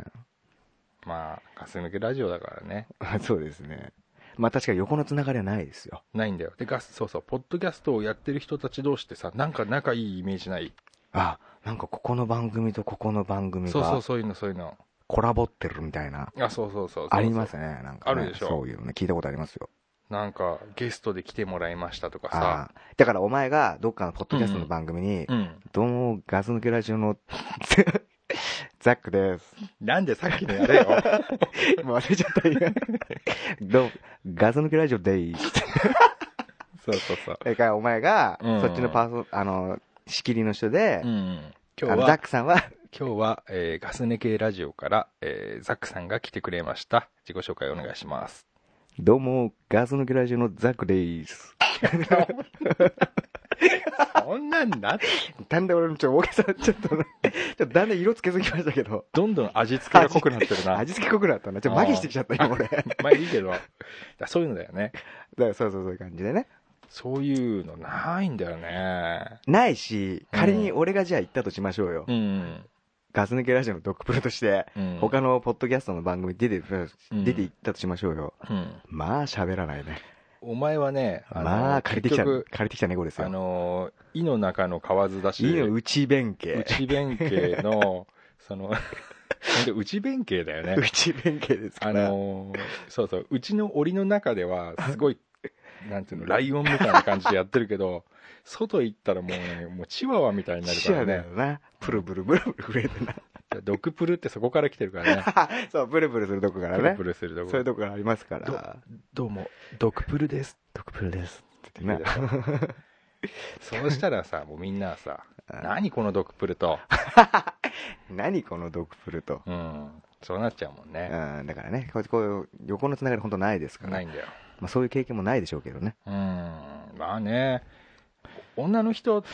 Speaker 4: まあガス抜けラジオだからね
Speaker 3: そうですねまあ確かに横のつながりはないですよ
Speaker 4: ないんだよでガスそうそうポッドキャストをやってる人たち同士ってさなんか仲いいイメージない
Speaker 3: あなんかここの番組とここの番組
Speaker 4: そうそう
Speaker 3: が
Speaker 4: そういうのそういうの
Speaker 3: コラボってるみたいな
Speaker 4: あそうそうそうそう
Speaker 3: ありますねなんかね
Speaker 4: あるでしょ
Speaker 3: そういうの聞いたことありますよ
Speaker 4: なんかゲストで来てもらいましたとか
Speaker 3: あ
Speaker 4: さ
Speaker 3: あだからお前がどっかのポッドキャストの番組に
Speaker 4: うん
Speaker 3: 「どうもガス抜けラジオの ザックです
Speaker 4: なんでさっきのやれよ」
Speaker 3: 今忘れちゃった今どうもガス抜けラジオでーす」
Speaker 4: そうそうそう。
Speaker 3: だからお前が
Speaker 4: うん
Speaker 3: そっちのパーソあの仕切りの人で、
Speaker 4: うん。今
Speaker 3: あ
Speaker 4: 日
Speaker 3: のザッ
Speaker 4: は、
Speaker 3: クさんは
Speaker 4: 今日は、えーガス抜けラジオから、えーザックさんが来てくれました。自己紹介お願いします。
Speaker 3: 「どうもガス抜けラジオのザックでーす
Speaker 4: そんなんな、」
Speaker 3: だんだん俺もちょっと大げさになっちゃったなちょっとだんだん色つけすぎましたけど
Speaker 4: どんどん味付けが濃くなってるな。
Speaker 3: 味付け濃くなったなちょっと麻痺してきちゃった今俺だか
Speaker 4: まあいいけど、いやそういうのだよね。
Speaker 3: らそうそうそういう感じでね
Speaker 4: そういうのないんだよね。
Speaker 3: ないし仮に俺がじゃあ行ったとしましょうよ、
Speaker 4: うん。
Speaker 3: ガス抜けラジオのドッグプロとして
Speaker 4: うん、
Speaker 3: 他のポッドキャストの番組に出てる、
Speaker 4: うん
Speaker 3: 出ていったとしましょうよ。
Speaker 4: うん。
Speaker 3: まあ喋らないね。
Speaker 4: お前はね、の
Speaker 3: まあ借りてきた、
Speaker 4: 結局
Speaker 3: 借りてきた猫です
Speaker 4: あ
Speaker 3: よ。
Speaker 4: の、井の中の蛙だし、
Speaker 3: いいの内弁慶。
Speaker 4: 内弁慶の、その、 ほんと内弁慶だよね。
Speaker 3: 内弁慶ですか
Speaker 4: あ
Speaker 3: ら。
Speaker 4: のーそうそううちの檻の中では すごいなんていうのライオンみたいな感じでやってるけど外行ったらもうねもうチワワみたいになる
Speaker 3: シ
Speaker 4: か
Speaker 3: ア
Speaker 4: ら
Speaker 3: だよ
Speaker 4: ね
Speaker 3: な。プルプルプルプル震えてな。
Speaker 4: ドクプルってそこから来てるから ね
Speaker 3: そう、プルプルするとこか
Speaker 4: プ
Speaker 3: ら
Speaker 4: ル
Speaker 3: ね
Speaker 4: プ。ルするとこ
Speaker 3: そういうとこがありますから。
Speaker 4: どうもドクプルです
Speaker 3: ドクプルです。って
Speaker 4: 言
Speaker 3: 言
Speaker 4: っ
Speaker 3: ってて
Speaker 4: た
Speaker 3: な。
Speaker 4: そうしたらさもうみんな はさ何このドクプルと、
Speaker 3: 何このドクプルと。
Speaker 4: うん、そうなっちゃうもん
Speaker 3: う
Speaker 4: ね
Speaker 3: ん、だからね、こうこう横のつながり本当ないですから
Speaker 4: ない。んだよ
Speaker 3: まあそういう経験もないでしょうけどね。
Speaker 4: うんまあね女の人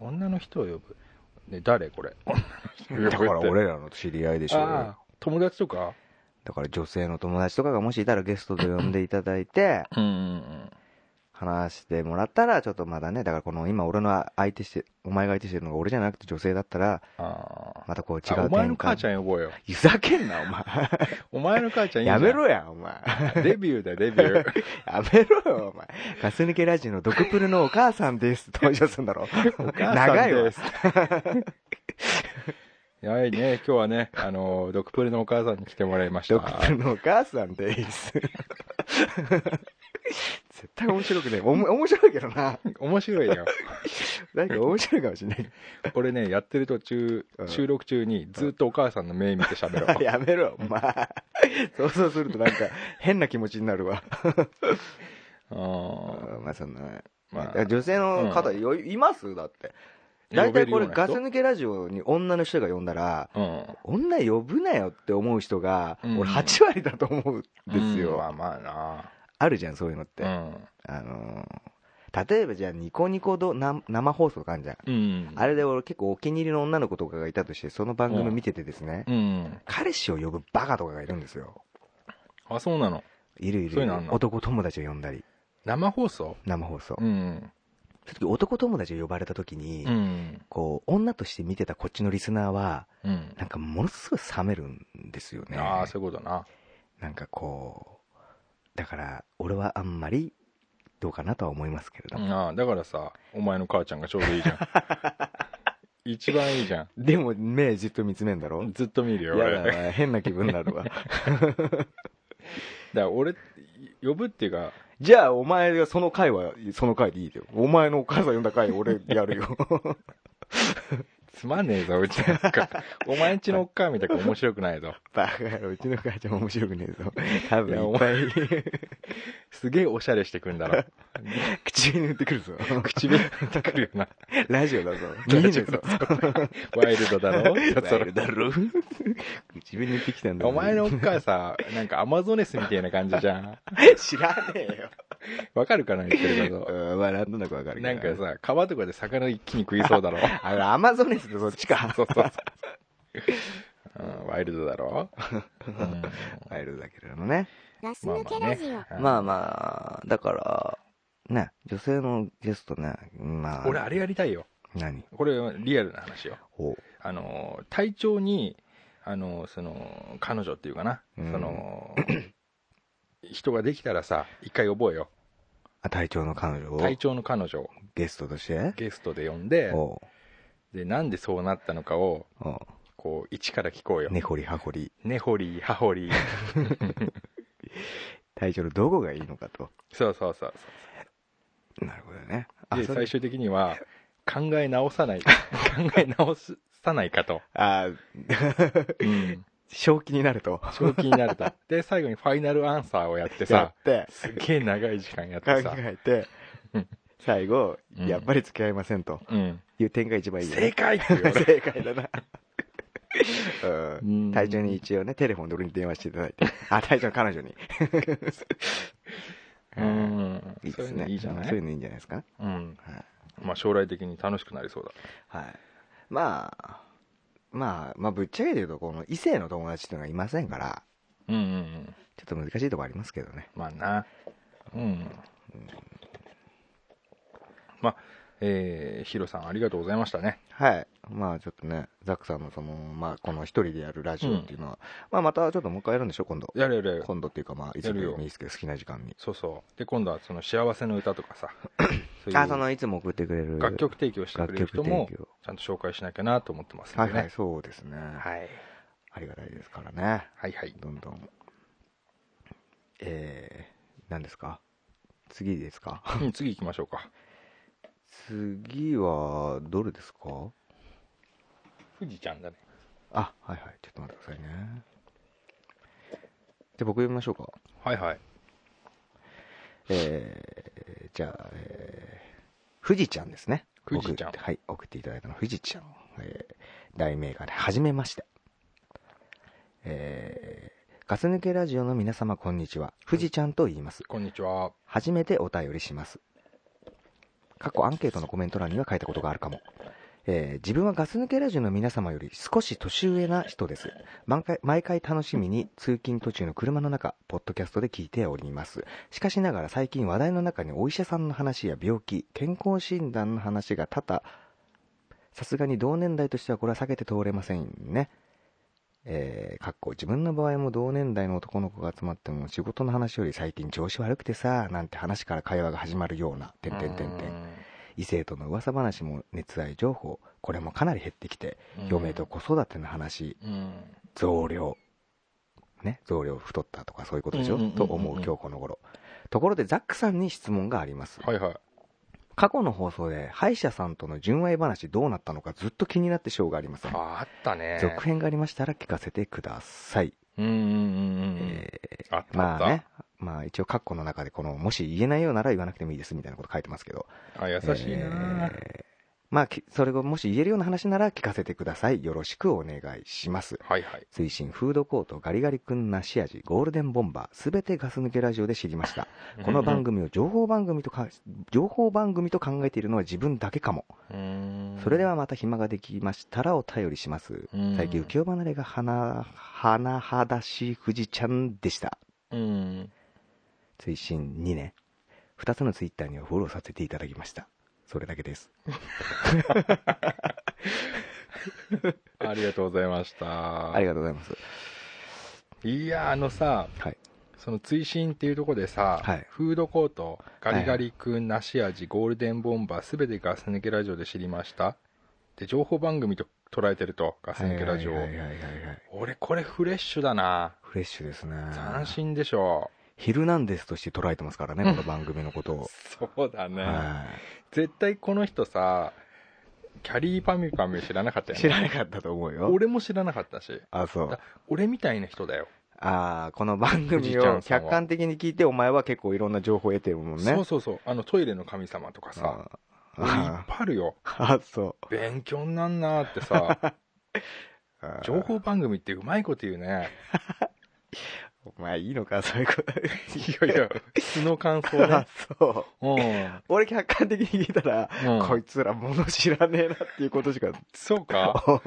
Speaker 4: 女の人を呼ぶね誰 これ女の
Speaker 3: だ
Speaker 4: 人
Speaker 3: から
Speaker 4: を呼ぶって
Speaker 3: 俺らの知り合いでしょうよ。
Speaker 4: ああ友達とか
Speaker 3: だから女性の友達とかがもしいたらゲストで呼んでいただい て
Speaker 4: うんうん
Speaker 3: 話してもらったらちょっとまだねだからこの今俺の相手してお前が相手してるのが俺じゃなくて女性だったら
Speaker 4: ああ
Speaker 3: またこう違う
Speaker 4: あお前の母
Speaker 3: 転
Speaker 4: ち
Speaker 3: 換
Speaker 4: ゃん呼ぼうよ
Speaker 3: ふざけんなお前
Speaker 4: お前の母ちゃんいいじゃ
Speaker 3: や
Speaker 4: ん
Speaker 3: めろやお前
Speaker 4: デビューだよデビュー
Speaker 3: やめろよお前ガス抜けラジオのドクプルのお母さんですって登場するんだろ 長いわ
Speaker 4: ですやはりね今日はねあのドクプルのお母さんに来てもらいまし
Speaker 3: ドクプ
Speaker 4: た
Speaker 3: ルのお母さんです絶対面白くねえおも面白いけどな
Speaker 4: 面白いよ
Speaker 3: なんか面白いかもしれない
Speaker 4: 俺ねやってる途中
Speaker 3: うん
Speaker 4: 収録中にずっとお母さんの目見て喋ろう
Speaker 3: やめろお前そうそうするとなん か変な気持ちになるわ
Speaker 4: うん
Speaker 3: まあそんな、
Speaker 4: まあ
Speaker 3: あ、女性の方よ、いますだって大体これガス
Speaker 4: 呼べるような人
Speaker 3: 抜けラジオに女の人が呼んだら
Speaker 4: うん
Speaker 3: 女呼ぶなよって思う人が、
Speaker 4: うん
Speaker 3: 俺8割だと思うんですよ、
Speaker 4: うんまあまあ
Speaker 3: あるじゃんそういうのって、
Speaker 4: な
Speaker 3: あのー例えばじゃあニコニコどな生放送があるじゃん
Speaker 4: うんうん
Speaker 3: あれで俺結構お気に入りの女の子とかがいたとしてその番組見ててですね、
Speaker 4: うん
Speaker 3: 彼氏を呼ぶバカとかがいるんですよ
Speaker 4: あそうなの
Speaker 3: いるいるいる
Speaker 4: そういうのあんの
Speaker 3: 男友達を呼んだり
Speaker 4: 生放送
Speaker 3: 生放送、
Speaker 4: うん
Speaker 3: その時男友達を呼ばれた時に、
Speaker 4: うん
Speaker 3: こう女として見てたこっちのリスナーは
Speaker 4: うん
Speaker 3: なんかものすごい冷めるんですよね
Speaker 4: ああそういうことな
Speaker 3: なんかこうだから俺はあんまりどうかなとは思いますけれども、
Speaker 4: ああだからさお前の母ちゃんがちょうどい いじゃん一番いいじゃ
Speaker 3: でも目じっと見つめんだろ
Speaker 4: んずっと見るよ
Speaker 3: や
Speaker 4: 俺 だ
Speaker 3: だ
Speaker 4: か
Speaker 3: な変な気分になるわ
Speaker 4: ら俺呼ぶっていうか
Speaker 3: じゃあお前がその回はその回でいいよお前のお母さん呼んだ回俺やるよ
Speaker 4: つまんねえぞ、うちのおっか。お前んちのおっかみたいに面白 くないぞ。
Speaker 3: バカ野郎、うちの母ちゃん面白くねえぞ。多
Speaker 4: いや
Speaker 3: 分い
Speaker 4: お
Speaker 3: っぱい
Speaker 4: すげえおしゃれしてくんだろ。
Speaker 3: 口に塗ってくるぞ。
Speaker 4: 唇塗ってくるよな。
Speaker 3: ラジオだぞ。見えねえ
Speaker 4: 大丈
Speaker 3: ぞ
Speaker 4: 夫。だぞ。ワイルド だろ。
Speaker 3: ワイルドだろ。唇塗ってきたんだ
Speaker 4: お
Speaker 3: ぞ
Speaker 4: 前のおっ母さん、なんかアマゾネスみたいな感じじゃん。
Speaker 3: 知らねえよ。
Speaker 4: わかるかな言ってるこ
Speaker 3: うん、まあ、なんとなくわか
Speaker 4: と。
Speaker 3: る
Speaker 4: なんか
Speaker 3: さ、
Speaker 4: さ、川とかで魚一気に食いそう だろ。
Speaker 3: あれ、アマゾネスってそっちか。
Speaker 4: そうそうそう。うん、ワイルドだろ。うん
Speaker 3: ワイルドだけれどもね。
Speaker 5: ガス
Speaker 4: まあ
Speaker 5: 抜
Speaker 4: ま
Speaker 5: け
Speaker 4: あ
Speaker 5: ラ
Speaker 4: ね
Speaker 5: ジオ。。
Speaker 4: うん
Speaker 3: まあまあ、だから、ね、女性のゲストね、まあ、
Speaker 4: 俺あれやりたいよ。
Speaker 3: 何
Speaker 4: これリアルな話よ。
Speaker 3: お
Speaker 4: あの、体調に、あの、その、彼女っていうかな。
Speaker 3: うん
Speaker 4: その、人ができたらさ、一回覚えよ。
Speaker 3: あ隊長の彼女を
Speaker 4: 体調の彼女を
Speaker 3: ゲストとして
Speaker 4: ゲストで呼んで、
Speaker 3: おう
Speaker 4: で、なんでそうなったのかを、
Speaker 3: おう
Speaker 4: こう、一から聞こうよ。
Speaker 3: 根掘り葉掘り
Speaker 4: ねほり、はほり。
Speaker 3: 隊長のどこがいいのかと
Speaker 4: そうそうそう
Speaker 3: なるほどね
Speaker 4: そう。で、
Speaker 3: それ
Speaker 4: 最終的には、考え直さない、考え直さないかと。
Speaker 3: あー
Speaker 4: うん。
Speaker 3: 正気になると
Speaker 4: 正気になれた。 で、最後にファイナルアンサーをやって
Speaker 3: や
Speaker 4: さ、
Speaker 3: って
Speaker 4: すっげえ長い時間やっ
Speaker 3: 考
Speaker 4: てさ、
Speaker 3: えて 最後、
Speaker 4: うん
Speaker 3: やっぱり付き合いませんと
Speaker 4: うん。
Speaker 3: いう点が一番いいよ
Speaker 4: 正
Speaker 3: ね
Speaker 4: 解っていう俺
Speaker 3: 正解だなう
Speaker 4: うんん
Speaker 3: 隊長に一応ねテレフォンで俺に電話していただ いてあ隊長の彼女に
Speaker 4: うん。
Speaker 3: いい
Speaker 4: そ
Speaker 3: で
Speaker 4: うい
Speaker 3: す
Speaker 4: うの
Speaker 3: ね
Speaker 4: いいじゃな
Speaker 3: そういう
Speaker 4: い
Speaker 3: のいいんじゃないですかね
Speaker 4: うん。
Speaker 3: はい
Speaker 4: まあ将来的に楽しくなりそうだ。
Speaker 3: はい。まあ、まあ、まあ、ぶっちゃけて言うと、この異性の友達っていうのがいませんから、
Speaker 4: うんうんうん。
Speaker 3: ちょっと難しいとこありますけどね。
Speaker 4: まあな。うん。まあ、えー、ヒロさんありがとうございましたね。
Speaker 3: はい。まあ、ちょっとね、ザックさんのその、まあ、この一人でやるラジオっていうのは、まあ、またちょっともう一回やるんでしょ、今度。
Speaker 4: やるやるやる。
Speaker 3: 今度っていうか、まあ、いつ
Speaker 4: や
Speaker 3: で
Speaker 4: るよ
Speaker 3: もいいですけど、好きな時間に。
Speaker 4: そうそう。で、今度はその幸せの歌とか さ、そう
Speaker 3: あ、そ
Speaker 4: いう
Speaker 3: の、いつも送ってくれる。
Speaker 4: 楽曲提供してくれる人も
Speaker 3: 楽曲提供、
Speaker 4: ちゃんと紹介しなきゃなと思ってますん
Speaker 3: は
Speaker 4: で
Speaker 3: い
Speaker 4: ね。
Speaker 3: はい、そうですね。
Speaker 4: はい。
Speaker 3: ありがたいですからね。
Speaker 4: はいはい。
Speaker 3: どんどん。えー、何ですか次ですか
Speaker 4: うん 次行きましょうか。
Speaker 3: 次は、どれですか
Speaker 4: 富士ちゃんだね。
Speaker 3: あ、はいはい。ちょっと待ってくださいね。じゃあ僕読みましょうか。
Speaker 4: はいはい。
Speaker 3: えー、じゃあ、えー、富士ちゃんですね。
Speaker 4: 富士ちゃん
Speaker 3: 僕はい、送っていただいたのは富士ちゃん。えー、題名がね、はじめまして。えー、ガス抜けラジオの皆様こんにちは。富士ちゃんと言います。
Speaker 4: こんにちは。
Speaker 3: 初めてお便りします過去アンケートのコメント欄には書いたことがあるかも、えー自分はガス抜けラジオの皆様より少し年上な人です毎回毎回楽しみに通勤途中の車の中ポッドキャストで聞いておりますしかしながら最近話題の中にお医者さんの話や病気健康診断の話が多々さすがに同年代としてはこれは避けて通れませんねえー、かっこ自分の場合も同年代の男の子が集まっても仕事の話より最近調子悪くてさなんて話から会話が始まるようなてんてんてんてん異性との噂話も熱愛情報これもかなり減ってきて、
Speaker 4: うん
Speaker 3: 嫁と子育ての話
Speaker 4: うん。
Speaker 3: 増量ね増量太ったとかそういうことでしょ、
Speaker 4: うんうんうんうん
Speaker 3: と思う今日この頃ところでザックさんに質問があります、
Speaker 4: はいはい。
Speaker 3: 過去の放送で歯医者さんとの純愛話どうなったのかずっと気になってしょうがありません
Speaker 4: ああったね。
Speaker 3: 続編がありましたら聞かせてください、
Speaker 4: うんうんうんうん。
Speaker 3: えー
Speaker 4: あったあ
Speaker 3: ま
Speaker 4: っ
Speaker 3: あ
Speaker 4: た
Speaker 3: ね。、まあ一応括弧の中でこの、もし言えないようなら言わなくてもいいですみたいなこと書いてますけど。
Speaker 4: あ、優しいな
Speaker 3: えーまあ、きそれがもし言えるような話なら聞かせてください。よろしくお願いします。
Speaker 4: はいはい。
Speaker 3: 推進フードコートガリガリ君梨味ゴールデンボンバーすべてガス抜けラジオで知りましたこの番組を情報番組とか情報番組と考えているのは自分だけかも
Speaker 4: 組
Speaker 3: それで、はまた暇ができましたらお便りします
Speaker 4: うん
Speaker 3: 最近浮世離れが花花はだし富士ちゃんでした
Speaker 4: うん。
Speaker 3: 追伸2年2つのツイッターにはフォローさせていただきましたそれだけです
Speaker 4: ありがとうございました
Speaker 3: あり。がとうございます
Speaker 4: いや、あのさ、
Speaker 3: はい
Speaker 4: その追伸っていうところでさ、
Speaker 3: はい
Speaker 4: フードコート、ガリガリ君、梨味、ゴールデンボンバー、すべてガス抜けラジオで知りました。で、情報番組と捉えてると、ガス抜けラジオを。
Speaker 3: はいはいはいはいはい
Speaker 4: 俺、これフレッシュだな。
Speaker 3: フレッシュですね
Speaker 4: 斬新でしょ。
Speaker 3: ヒルナンデスとして捉えてますからねこの番組のことを、
Speaker 4: そうだね。
Speaker 3: は
Speaker 4: 絶対この人さ、キャリーパミュパミュ知らなかったよ
Speaker 3: 知
Speaker 4: ね
Speaker 3: らなかったと思うよ。
Speaker 4: 俺も知らなかったし
Speaker 3: あ、そう
Speaker 4: だ。俺みたいな人だよ、
Speaker 3: ああ、この番
Speaker 4: 藤
Speaker 3: 組
Speaker 4: ちゃ
Speaker 3: を
Speaker 4: んさんは
Speaker 3: 客観的に聞いて、お前は結構いろんな情報を得てるもんね。
Speaker 4: そうそうそうあのトイレの神様とかさ
Speaker 3: あ
Speaker 4: 俺いっぱいあるよ
Speaker 3: ーあ、そ
Speaker 4: 勉強になんなーって さ
Speaker 3: う。あー
Speaker 4: 情報番組ってうまいこと言うね
Speaker 3: お前いいのか、そういうこと。
Speaker 4: いやいや素の感想
Speaker 3: あ
Speaker 4: ね、
Speaker 3: そう。
Speaker 4: うん
Speaker 3: 俺客観的に聞いたら、
Speaker 4: うん
Speaker 3: こいつら物知らねえなっていうことしか。
Speaker 4: そ うか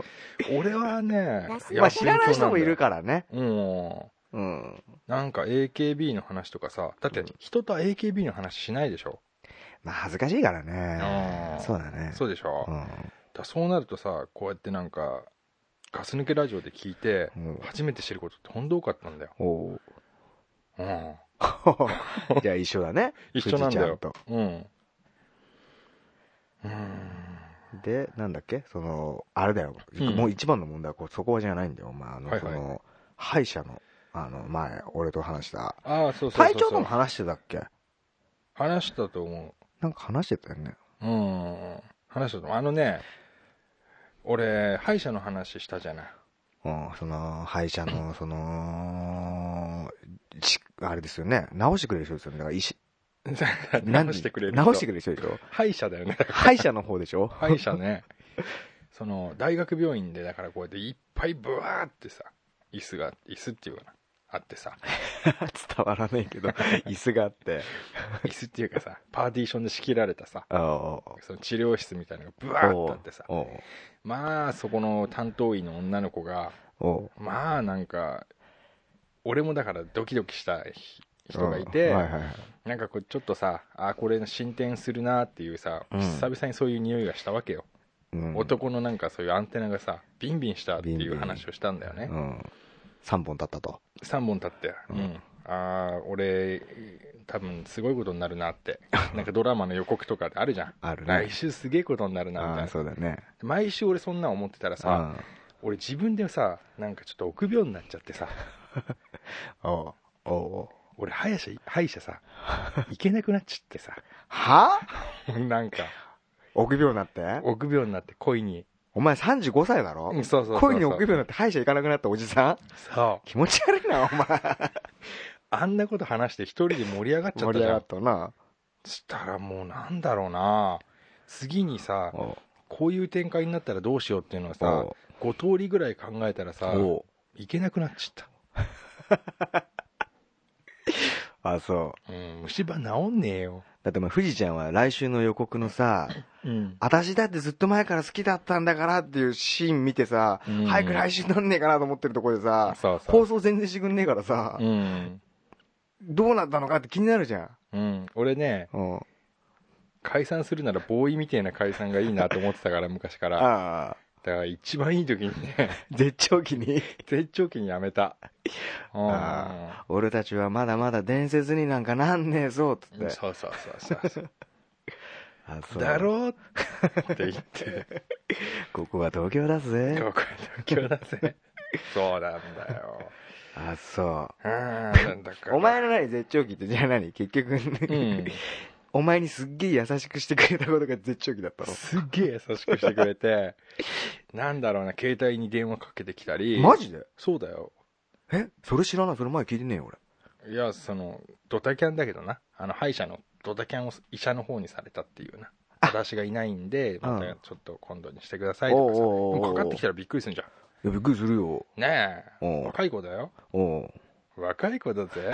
Speaker 4: 俺はねい
Speaker 3: ま
Speaker 4: や
Speaker 3: あ知らない人もいる
Speaker 4: か
Speaker 3: からね。
Speaker 4: うん
Speaker 3: うん。
Speaker 4: なんか AKB の話とかさだって人と AKB の話しないでしょ、
Speaker 3: まあ恥ずかしいから
Speaker 4: う
Speaker 3: ね。
Speaker 4: ん
Speaker 3: そうだね。
Speaker 4: そうでしょ、
Speaker 3: う
Speaker 4: だか
Speaker 3: ん。
Speaker 4: らそうなるとさこうやってなんかガス抜けラジオで聞いて
Speaker 3: うん
Speaker 4: 初めて知ることってほんと多かったんだよ、
Speaker 3: おう
Speaker 4: うん、
Speaker 3: じゃあ一緒だね。
Speaker 4: 一緒なんだ
Speaker 3: 藤
Speaker 4: よ
Speaker 3: ちゃんと
Speaker 4: うんうん
Speaker 3: で、なんだっけその、あれだよ。
Speaker 4: うん
Speaker 3: もう一番の問題はこうそこじゃないんだよ。お前、あの、
Speaker 4: はい
Speaker 3: そ
Speaker 4: はい
Speaker 3: の、歯医者の、あの、前、俺と話した。
Speaker 4: ああそうそうそうそう
Speaker 3: 隊長とも話してたっけ
Speaker 4: 話したと思
Speaker 3: なんか話してたよね。
Speaker 4: ううん話したと思うあのね俺歯医者の話したじゃない
Speaker 3: うん、その、歯医者 の、その、しあれですよね。直してくれる人ですよね。だから医師、
Speaker 4: 直してくれる
Speaker 3: 直してくれる人 でしょ
Speaker 4: 歯医者だよね
Speaker 3: 歯医者の方でしょ
Speaker 4: 歯医者ね その大学病院でだからこうやっていっぱいブワーってさ椅子が椅子っていうかなあってさ
Speaker 3: 伝わらないけど、椅子があって。
Speaker 4: 椅子っていうかさパーティションで仕切られたさ
Speaker 3: あお
Speaker 4: その治療室みたいなのがブワーってあってさ
Speaker 3: お
Speaker 4: まあそこの担当医の女の子が
Speaker 3: お
Speaker 4: まあなんか俺もだからドキドキした人がいて、
Speaker 3: うんはいはいはい
Speaker 4: なんかこうちょっとさあーこれ進展するなっていうさ、
Speaker 3: うん
Speaker 4: 久々にそういう匂いがしたわけよ、
Speaker 3: うん
Speaker 4: 男のなんかそういうアンテナがさビンビンしたっていう話をしたんだよね、
Speaker 3: うん。3本立ったと。
Speaker 4: 3本経って、
Speaker 3: う
Speaker 4: うんんああ俺多分すごいことになるなって なんかドラマの予告とかあるじゃん
Speaker 3: あるね
Speaker 4: 来。週すげえことになるなみ
Speaker 3: あ
Speaker 4: たい
Speaker 3: あ、
Speaker 4: な
Speaker 3: そうだね。
Speaker 4: 毎週俺そんなん思ってたらさ、俺自分でさなんかちょっと臆病になっちゃってさ
Speaker 3: うん。 おうおうおう
Speaker 4: 俺歯医者歯医者さ行けなくなっちゃっ てさ
Speaker 3: は
Speaker 4: なんか
Speaker 3: 臆病になって
Speaker 4: 臆病になって恋に、
Speaker 3: お前35歳だろ
Speaker 4: うん、そうそうそうそう
Speaker 3: 恋に臆病になって歯医者行かなくなったおじさん
Speaker 4: そう
Speaker 3: 気持ち悪いな、お 前。
Speaker 4: あんなこと話して一人で盛り上がっちゃ
Speaker 3: 盛り
Speaker 4: ったじ
Speaker 3: 上
Speaker 4: ゃ
Speaker 3: が
Speaker 4: ん
Speaker 3: ったな。
Speaker 4: したらもうなんだろうな次にさ
Speaker 3: おう
Speaker 4: こういう展開になったらどうしようっていうのはさ
Speaker 3: お
Speaker 4: 5通りぐらい考えたらさ
Speaker 3: おう
Speaker 4: いけなくなっちゃっ
Speaker 3: あ、そう。
Speaker 4: た、うん、虫歯治んねえよ、
Speaker 3: だってお前、富士ちゃんは来週の予告のさ、
Speaker 4: うん、
Speaker 3: 私だってずっと前から好きだったんだからっていうシーン見てさ、
Speaker 4: うん
Speaker 3: 早く来週なんねえかなと思ってるところでさ、
Speaker 4: そうそ
Speaker 3: 放
Speaker 4: う
Speaker 3: 送全然してくんねえからさ、
Speaker 4: うん、
Speaker 3: どうなったのかって気になるじゃん。
Speaker 4: うん、俺ね
Speaker 3: うん。
Speaker 4: 解散するならボーイみたいな解散がいいなと思って たから昔からだか
Speaker 3: ああ、
Speaker 4: ら一番いい時にね
Speaker 3: 絶頂期に。
Speaker 4: 絶頂期にやめたうん
Speaker 3: あ俺たちはまだまだ伝説になんかなんねえぞ、つって。
Speaker 4: そうそうそうそうそう
Speaker 3: あ そう
Speaker 4: だろうって言って
Speaker 3: ここは東京だぜ。
Speaker 4: ここ東京だぜそうなんだよ
Speaker 3: あ、そ
Speaker 4: うんだか
Speaker 3: う。
Speaker 4: ら
Speaker 3: お前の何絶頂期ってじゃあ何結局、
Speaker 4: うん
Speaker 3: お前にすっげえ優しくしてくれたことが絶頂期だったの。
Speaker 4: すっげえ優しくしてくれてなんだろうな携帯に電話かけてきたり
Speaker 3: マジで
Speaker 4: そうだよ
Speaker 3: えそれ知らないそれ前聞いてねえよ、俺。
Speaker 4: いやそのドタキャンだけどなあの歯医者のドタキャンを医者の方にされたっていうな私がいないんでま
Speaker 3: う
Speaker 4: た
Speaker 3: ん
Speaker 4: ちょっと今度にしてくださいとかさ
Speaker 3: おうおうおうおう
Speaker 4: でもかかってきたらびっくりするんじゃん
Speaker 3: いや、びっくりするよ。
Speaker 4: ね
Speaker 3: お
Speaker 4: え
Speaker 3: う
Speaker 4: 若い子だよ
Speaker 3: お
Speaker 4: 若い子だぜ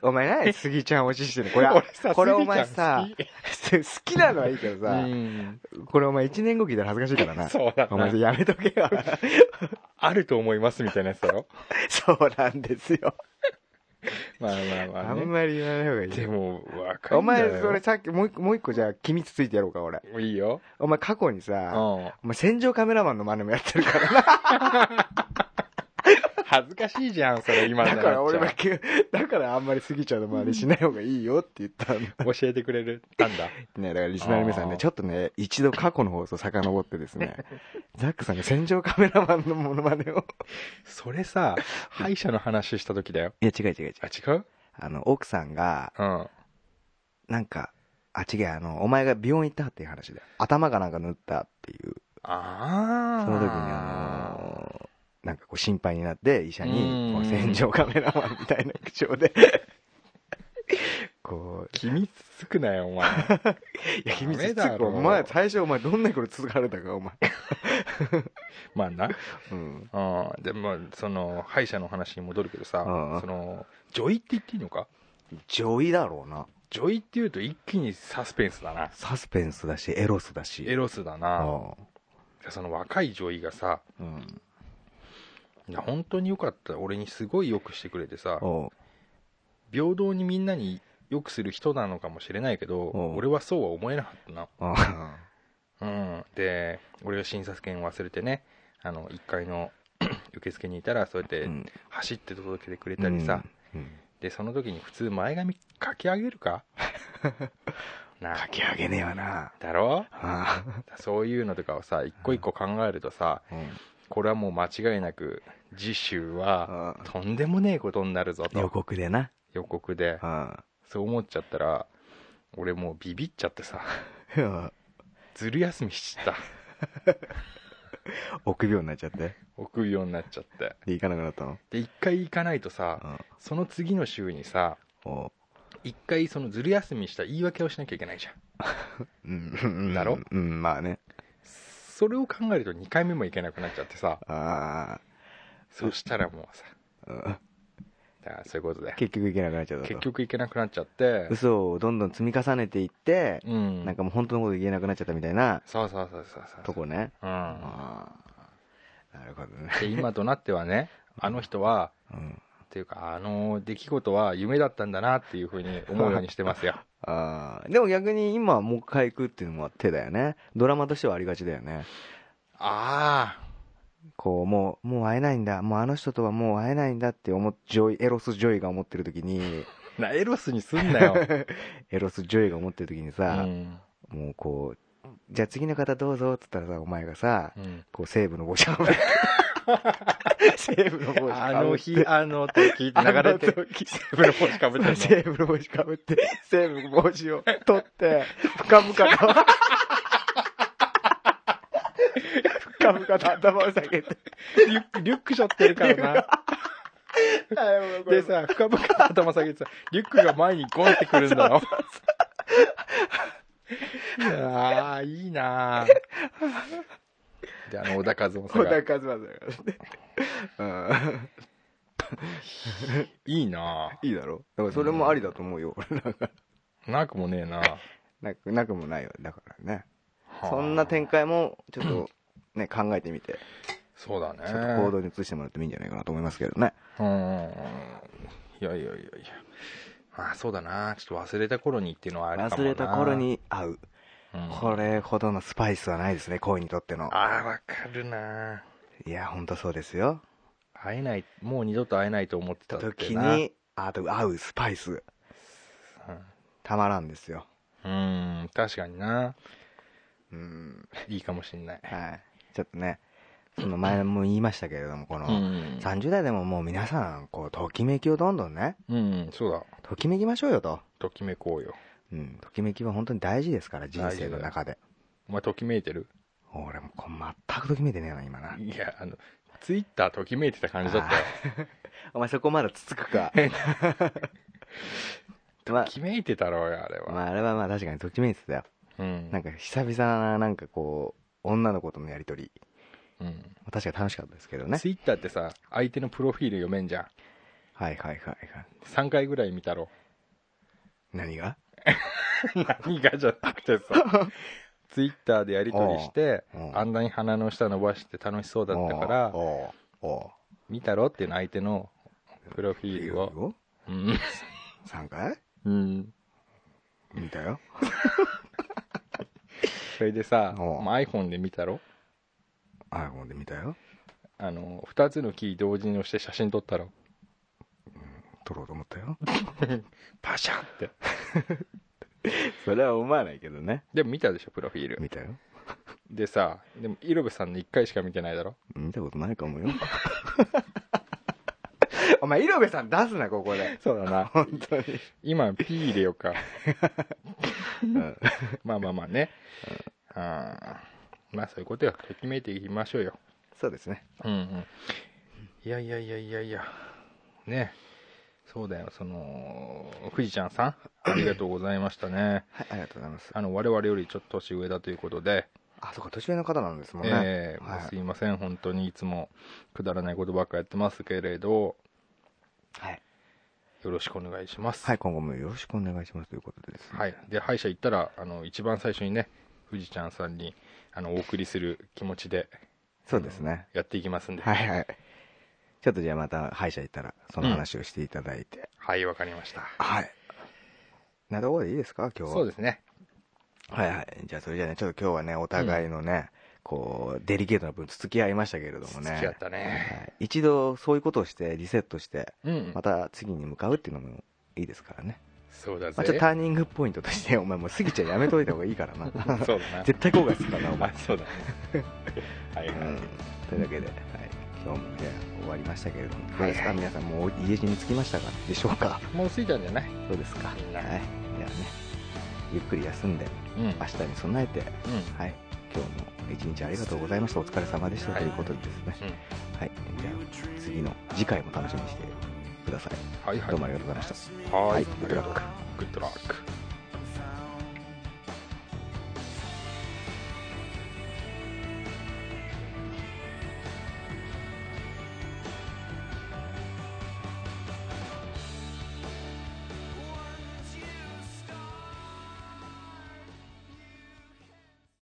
Speaker 3: お前何杉ちゃん推ししてるのこ れ、これお前さ、 好きなのはいいけど
Speaker 4: う
Speaker 3: さ、
Speaker 4: ん
Speaker 3: これお前1年後聞いたら恥ずかしいからな。
Speaker 4: そうだ
Speaker 3: お前
Speaker 4: な
Speaker 3: やめとけ よ。
Speaker 4: あると思いますみたいなやつだろ
Speaker 3: そうなんですよ。
Speaker 4: まあまあま
Speaker 3: あ
Speaker 4: あ
Speaker 3: ん
Speaker 4: ね
Speaker 3: まり言わない方がいい
Speaker 4: で
Speaker 3: よ。
Speaker 4: も若い
Speaker 3: お
Speaker 4: んだよ
Speaker 3: 前、それさっき、もう一個、もう一個じゃあ、君つついてやろうか、俺。
Speaker 4: いいよ
Speaker 3: お前、過去に
Speaker 4: う
Speaker 3: さ、
Speaker 4: ん
Speaker 3: お前、戦場カメラマンの真似もやってるからな。
Speaker 4: 恥ずかしいじゃんそれ今の
Speaker 3: だから、俺
Speaker 4: な
Speaker 3: は
Speaker 4: っ、
Speaker 3: だから、あんまり杉ちゃんの真似しない方がいいよって言ったの。
Speaker 4: ちゃう教えてくれるたんだ
Speaker 3: ね、だからリスナーの皆さん
Speaker 4: あ
Speaker 3: ね、
Speaker 4: ー
Speaker 3: ちょっとね、一度過去の放送遡ってです ね、ザックさんが戦場カメラマンのモノマネを。
Speaker 4: それさ歯医者の話した時だよ
Speaker 3: いや、違う違う違う。
Speaker 4: あ違う
Speaker 3: あの、奥さんが、
Speaker 4: うん
Speaker 3: なんか、あ、違う、あの、お前が病院行ったっていう話で、頭がなんか塗ったっていう、
Speaker 4: ああ。
Speaker 3: その時にあのーなんかこう心配になって、医者に、こう戦場カメラマンみたいな口調 で、こ
Speaker 4: 気につくなよ、お前。
Speaker 3: う、いや、秘密
Speaker 4: ダメ
Speaker 3: 結
Speaker 4: だろ
Speaker 3: 構、お前、最初お前どんなこと続かれたか、お 前。
Speaker 4: まあな。
Speaker 3: うん。
Speaker 4: うん。でも、その、歯医者の話に戻るけどさ
Speaker 3: うん、
Speaker 4: その、女医って言っていいのか
Speaker 3: 上位だろうな。
Speaker 4: 女医っていうと一気にサスペンスだな。
Speaker 3: サスペンスだし、エロスだし。
Speaker 4: エロスだな。
Speaker 3: あ
Speaker 4: その若い女医がさ、
Speaker 3: あうん。
Speaker 4: いや本当によかった。俺にすごいよくしてくれてさ、
Speaker 3: おう
Speaker 4: 平等にみんなによくする人なのかもしれないけど、
Speaker 3: うん
Speaker 4: 俺はそうは思えなかったな。
Speaker 3: あ
Speaker 4: うん、で俺が診察券忘れてねあの1階の 受付にいたらそうやっ
Speaker 3: あ。
Speaker 4: て
Speaker 3: うん
Speaker 4: 走って届けてくれたりさ、。
Speaker 3: うん
Speaker 4: でその時に普通前髪かき上げ るかなあ
Speaker 3: かき上げねえわな。
Speaker 4: だろ
Speaker 3: あ
Speaker 4: そういうのとかをさ一個一個考えるとさ
Speaker 3: あ。うん
Speaker 4: これはもう間違いなく次週は
Speaker 3: ああ
Speaker 4: とんでもねえことになるぞ
Speaker 3: 予
Speaker 4: と
Speaker 3: 告でな。
Speaker 4: 予告で
Speaker 3: あ
Speaker 4: そう思っちゃったら俺もうビビっちゃってさ
Speaker 3: あ。
Speaker 4: ずる休みしちゃった
Speaker 3: 臆病になっちゃって。
Speaker 4: 臆病になっちゃって
Speaker 3: で、行かなくなったの
Speaker 4: で一回行かないとさ、
Speaker 3: うん
Speaker 4: その次の週にさ
Speaker 3: おう。
Speaker 4: 一回そのずる休みした言い訳をしなきゃいけないじゃん
Speaker 3: うん
Speaker 4: だろ
Speaker 3: うん、まあね。
Speaker 4: それを考えると2回目も行けなくなっちゃってさ
Speaker 3: あ
Speaker 4: そしたらもうさ
Speaker 3: あうん。
Speaker 4: だからそういうことで
Speaker 3: 結局行けなくなっちゃったと。
Speaker 4: 結局行けなくなっちゃって
Speaker 3: 嘘をどんどん積み重ねていって、
Speaker 4: うん
Speaker 3: なんかもう本当のこと言えなくなっちゃったみたいな
Speaker 4: そうそうそうそうそう
Speaker 3: とこね。
Speaker 4: うん
Speaker 3: ああ。なるほどね。
Speaker 4: で今となってはねあの人は
Speaker 3: うん。
Speaker 4: っていうかあの出来事は夢だったんだなっていうふうに思うようにしてますよ
Speaker 3: ああ。でも逆に今もう一回行くっていうのも手だよね。ドラマとしてはありがちだよね。
Speaker 4: ああ
Speaker 3: こう、もう、もう会えないんだ。もうあの人とはもう会えないんだって思っ、ジョイ、エロスジョイが思ってる時に、
Speaker 4: なエロスにすんなよ、
Speaker 3: エロスジョイが思ってる時に
Speaker 4: う
Speaker 3: さ、
Speaker 4: ん
Speaker 3: もうこう、じゃあ次の方どうぞっつったらさ、お前がさ、
Speaker 4: うん、
Speaker 3: こう西武の帽子を 西武の帽子
Speaker 4: あの日あの時って 流れてセーブの帽子かぶってんの
Speaker 3: 西武の帽子かぶって、西武の帽子を取って、深々と、深々と頭を下げて、
Speaker 4: リュック、リュック背負ってるからな。でさ、深々と頭下げてさ、リュックが前にゴンってくるんだろ。いやー、いいなあで、あの、小田和夫さん
Speaker 3: 小田
Speaker 4: が
Speaker 3: 和、正がね。うん
Speaker 4: いいない
Speaker 3: いだろだからそれもありだと思うよ、俺なんか。
Speaker 4: あなくもねえな
Speaker 3: なく、なくもないよ。だからね。
Speaker 4: あ
Speaker 3: そんな展開も、ちょっと、ね、考えてみて、
Speaker 4: そうだね。
Speaker 3: ちょっと行動に移してもらってもいいんじゃないかなと思いますけどね。
Speaker 4: うん。いやいやいやいや。まあ、そうだなちょっと忘れた頃にっていうのはあれかも
Speaker 3: 忘
Speaker 4: な
Speaker 3: れた頃、に会う。
Speaker 4: うん
Speaker 3: これほどのスパイスはないですね、恋にとっての。
Speaker 4: ああ、わかるない
Speaker 3: や、ほんとそうですよ。
Speaker 4: 会えない、もう二度と会えないと思ってたってな。
Speaker 3: 時に、あと合うスパイス、
Speaker 4: うん
Speaker 3: たまらんですよ。
Speaker 4: うーん、確かにな。
Speaker 3: うん。
Speaker 4: いいかもしんない。
Speaker 3: はい。ちょっとね、その前も言いましたけれども、こ
Speaker 4: う
Speaker 3: の、
Speaker 4: ん。
Speaker 3: 30代でももう皆さん、こう、ときめきをどんどんね、
Speaker 4: うん、そうだ。
Speaker 3: ときめきましょうよと。
Speaker 4: ときめこうよ。
Speaker 3: うん。ときめきは本当に大事ですから、人生の中で。
Speaker 4: お前、ときめいてる
Speaker 3: 俺もこう全くときめいてねえな、今な。
Speaker 4: いや、あの、ツイッターときめいてた感じだったよ。
Speaker 3: お前そこまだつつく か。ま
Speaker 4: ときめいてたろうよ、あれ
Speaker 3: あ、
Speaker 4: は。
Speaker 3: まあ、あれはまあ確かにときめいてたよ。
Speaker 4: うん。
Speaker 3: なんか久々な、なんかこう、女の子とのやりとり。
Speaker 4: うん
Speaker 3: 確かに楽しかったですけどね。
Speaker 4: ツイッターってさ、相手のプロフィール読めんじゃん。
Speaker 3: はいはいはいはい。
Speaker 4: 3回ぐらい見たろ。
Speaker 3: 何が
Speaker 4: 何がじゃなくてさ。 ツイッターでやりとりして
Speaker 3: おうおう、
Speaker 4: あんなに鼻の下伸ばして楽しそうだったから、
Speaker 3: おうお
Speaker 4: 見たろっていうの相手のプロフ
Speaker 3: う
Speaker 4: ィールを。うん。
Speaker 3: 3回
Speaker 4: うん。
Speaker 3: 見たよ。
Speaker 4: それでさ、
Speaker 3: おう
Speaker 4: まあ iPhone で見たろ
Speaker 3: iPhone で見たよ。
Speaker 4: あの2つのキー同時に押して写真撮ったろ
Speaker 3: 撮ろうと思った よ。
Speaker 4: パシャって
Speaker 3: それは思わないけどね。
Speaker 4: でも見たでしょプロフィール
Speaker 3: 見たよ。
Speaker 4: でさでもイロベさんの1回しか見てないだろ
Speaker 3: 見たことないかもよ。お前、色部さん出すな、ここで。
Speaker 4: そうだな。
Speaker 3: 本当に。
Speaker 4: 今、P 入れようか。
Speaker 3: うん
Speaker 4: まあまあまあね。うん。まあそういうことよ。ときめいていきましょうよ。
Speaker 3: そうですね。
Speaker 4: うんうん。いやいやいやいやいや。ね。そうだよ。その、富士ちゃ んさん、ありがとうございましたね。
Speaker 3: はい、ありがとうございます。
Speaker 4: あの、我々よりちょっと年上だということで、
Speaker 3: あ、そうか、年上の方なんですもんね。
Speaker 4: ええ
Speaker 3: はい
Speaker 4: もうすいません。本当にいつもくだらないことばっかやってますけれど、
Speaker 3: はい。
Speaker 4: よろしくお願いします。
Speaker 3: はい、今後もよろしくお願いしますということでですね。
Speaker 4: はい、で歯医者行ったらあの一番最初にね富士ちゃんさんにあのお送りする気持ちで
Speaker 3: そうですね。
Speaker 4: やっていきますんでは
Speaker 3: はいいはい。ちょっとじゃあまた歯医者行ったら、その話をしていただいて。
Speaker 4: わかりました
Speaker 3: はい。なとこでいいですか、今日は。
Speaker 4: そうですね
Speaker 3: はいはい。じゃあそれじゃあね、ちょっと今日はね、お互いのね、こう、デリケートな分、つつき合いましたけれどもね。
Speaker 4: 付き合ったね
Speaker 3: はい一度そういうことをして、リセットして、
Speaker 4: うん
Speaker 3: また次に向かうっていうのもいいですからね。
Speaker 4: そうだ
Speaker 3: まあ、ちょっ
Speaker 4: ぜ
Speaker 3: とターニングポイントとして、お前もう過ぎちゃやめといた方がいいから な。
Speaker 4: そう だな
Speaker 3: 絶対後悔するからな、お前
Speaker 4: あ。 そうだねはいはい、
Speaker 3: うんというわけで、はい、今日もね、終わりましたけれども、どうですか、
Speaker 4: はい
Speaker 3: 皆さん、もう家路に着きましたかでしょうか。
Speaker 4: もう着いたんじゃない
Speaker 3: そうですか。はい。
Speaker 4: みん
Speaker 3: じ
Speaker 4: な
Speaker 3: ゃあね、ゆっくり休んで、
Speaker 4: うんうん
Speaker 3: 明日に備えて、はい、今日も一日ありがとうございました。お疲れ様でした
Speaker 4: はい
Speaker 3: ということでですね。はい、じゃあ次の次回も楽しみにしてください。
Speaker 4: はいはい
Speaker 3: どうもありがとうございました。
Speaker 4: はい
Speaker 3: グッドラック
Speaker 4: グッドラック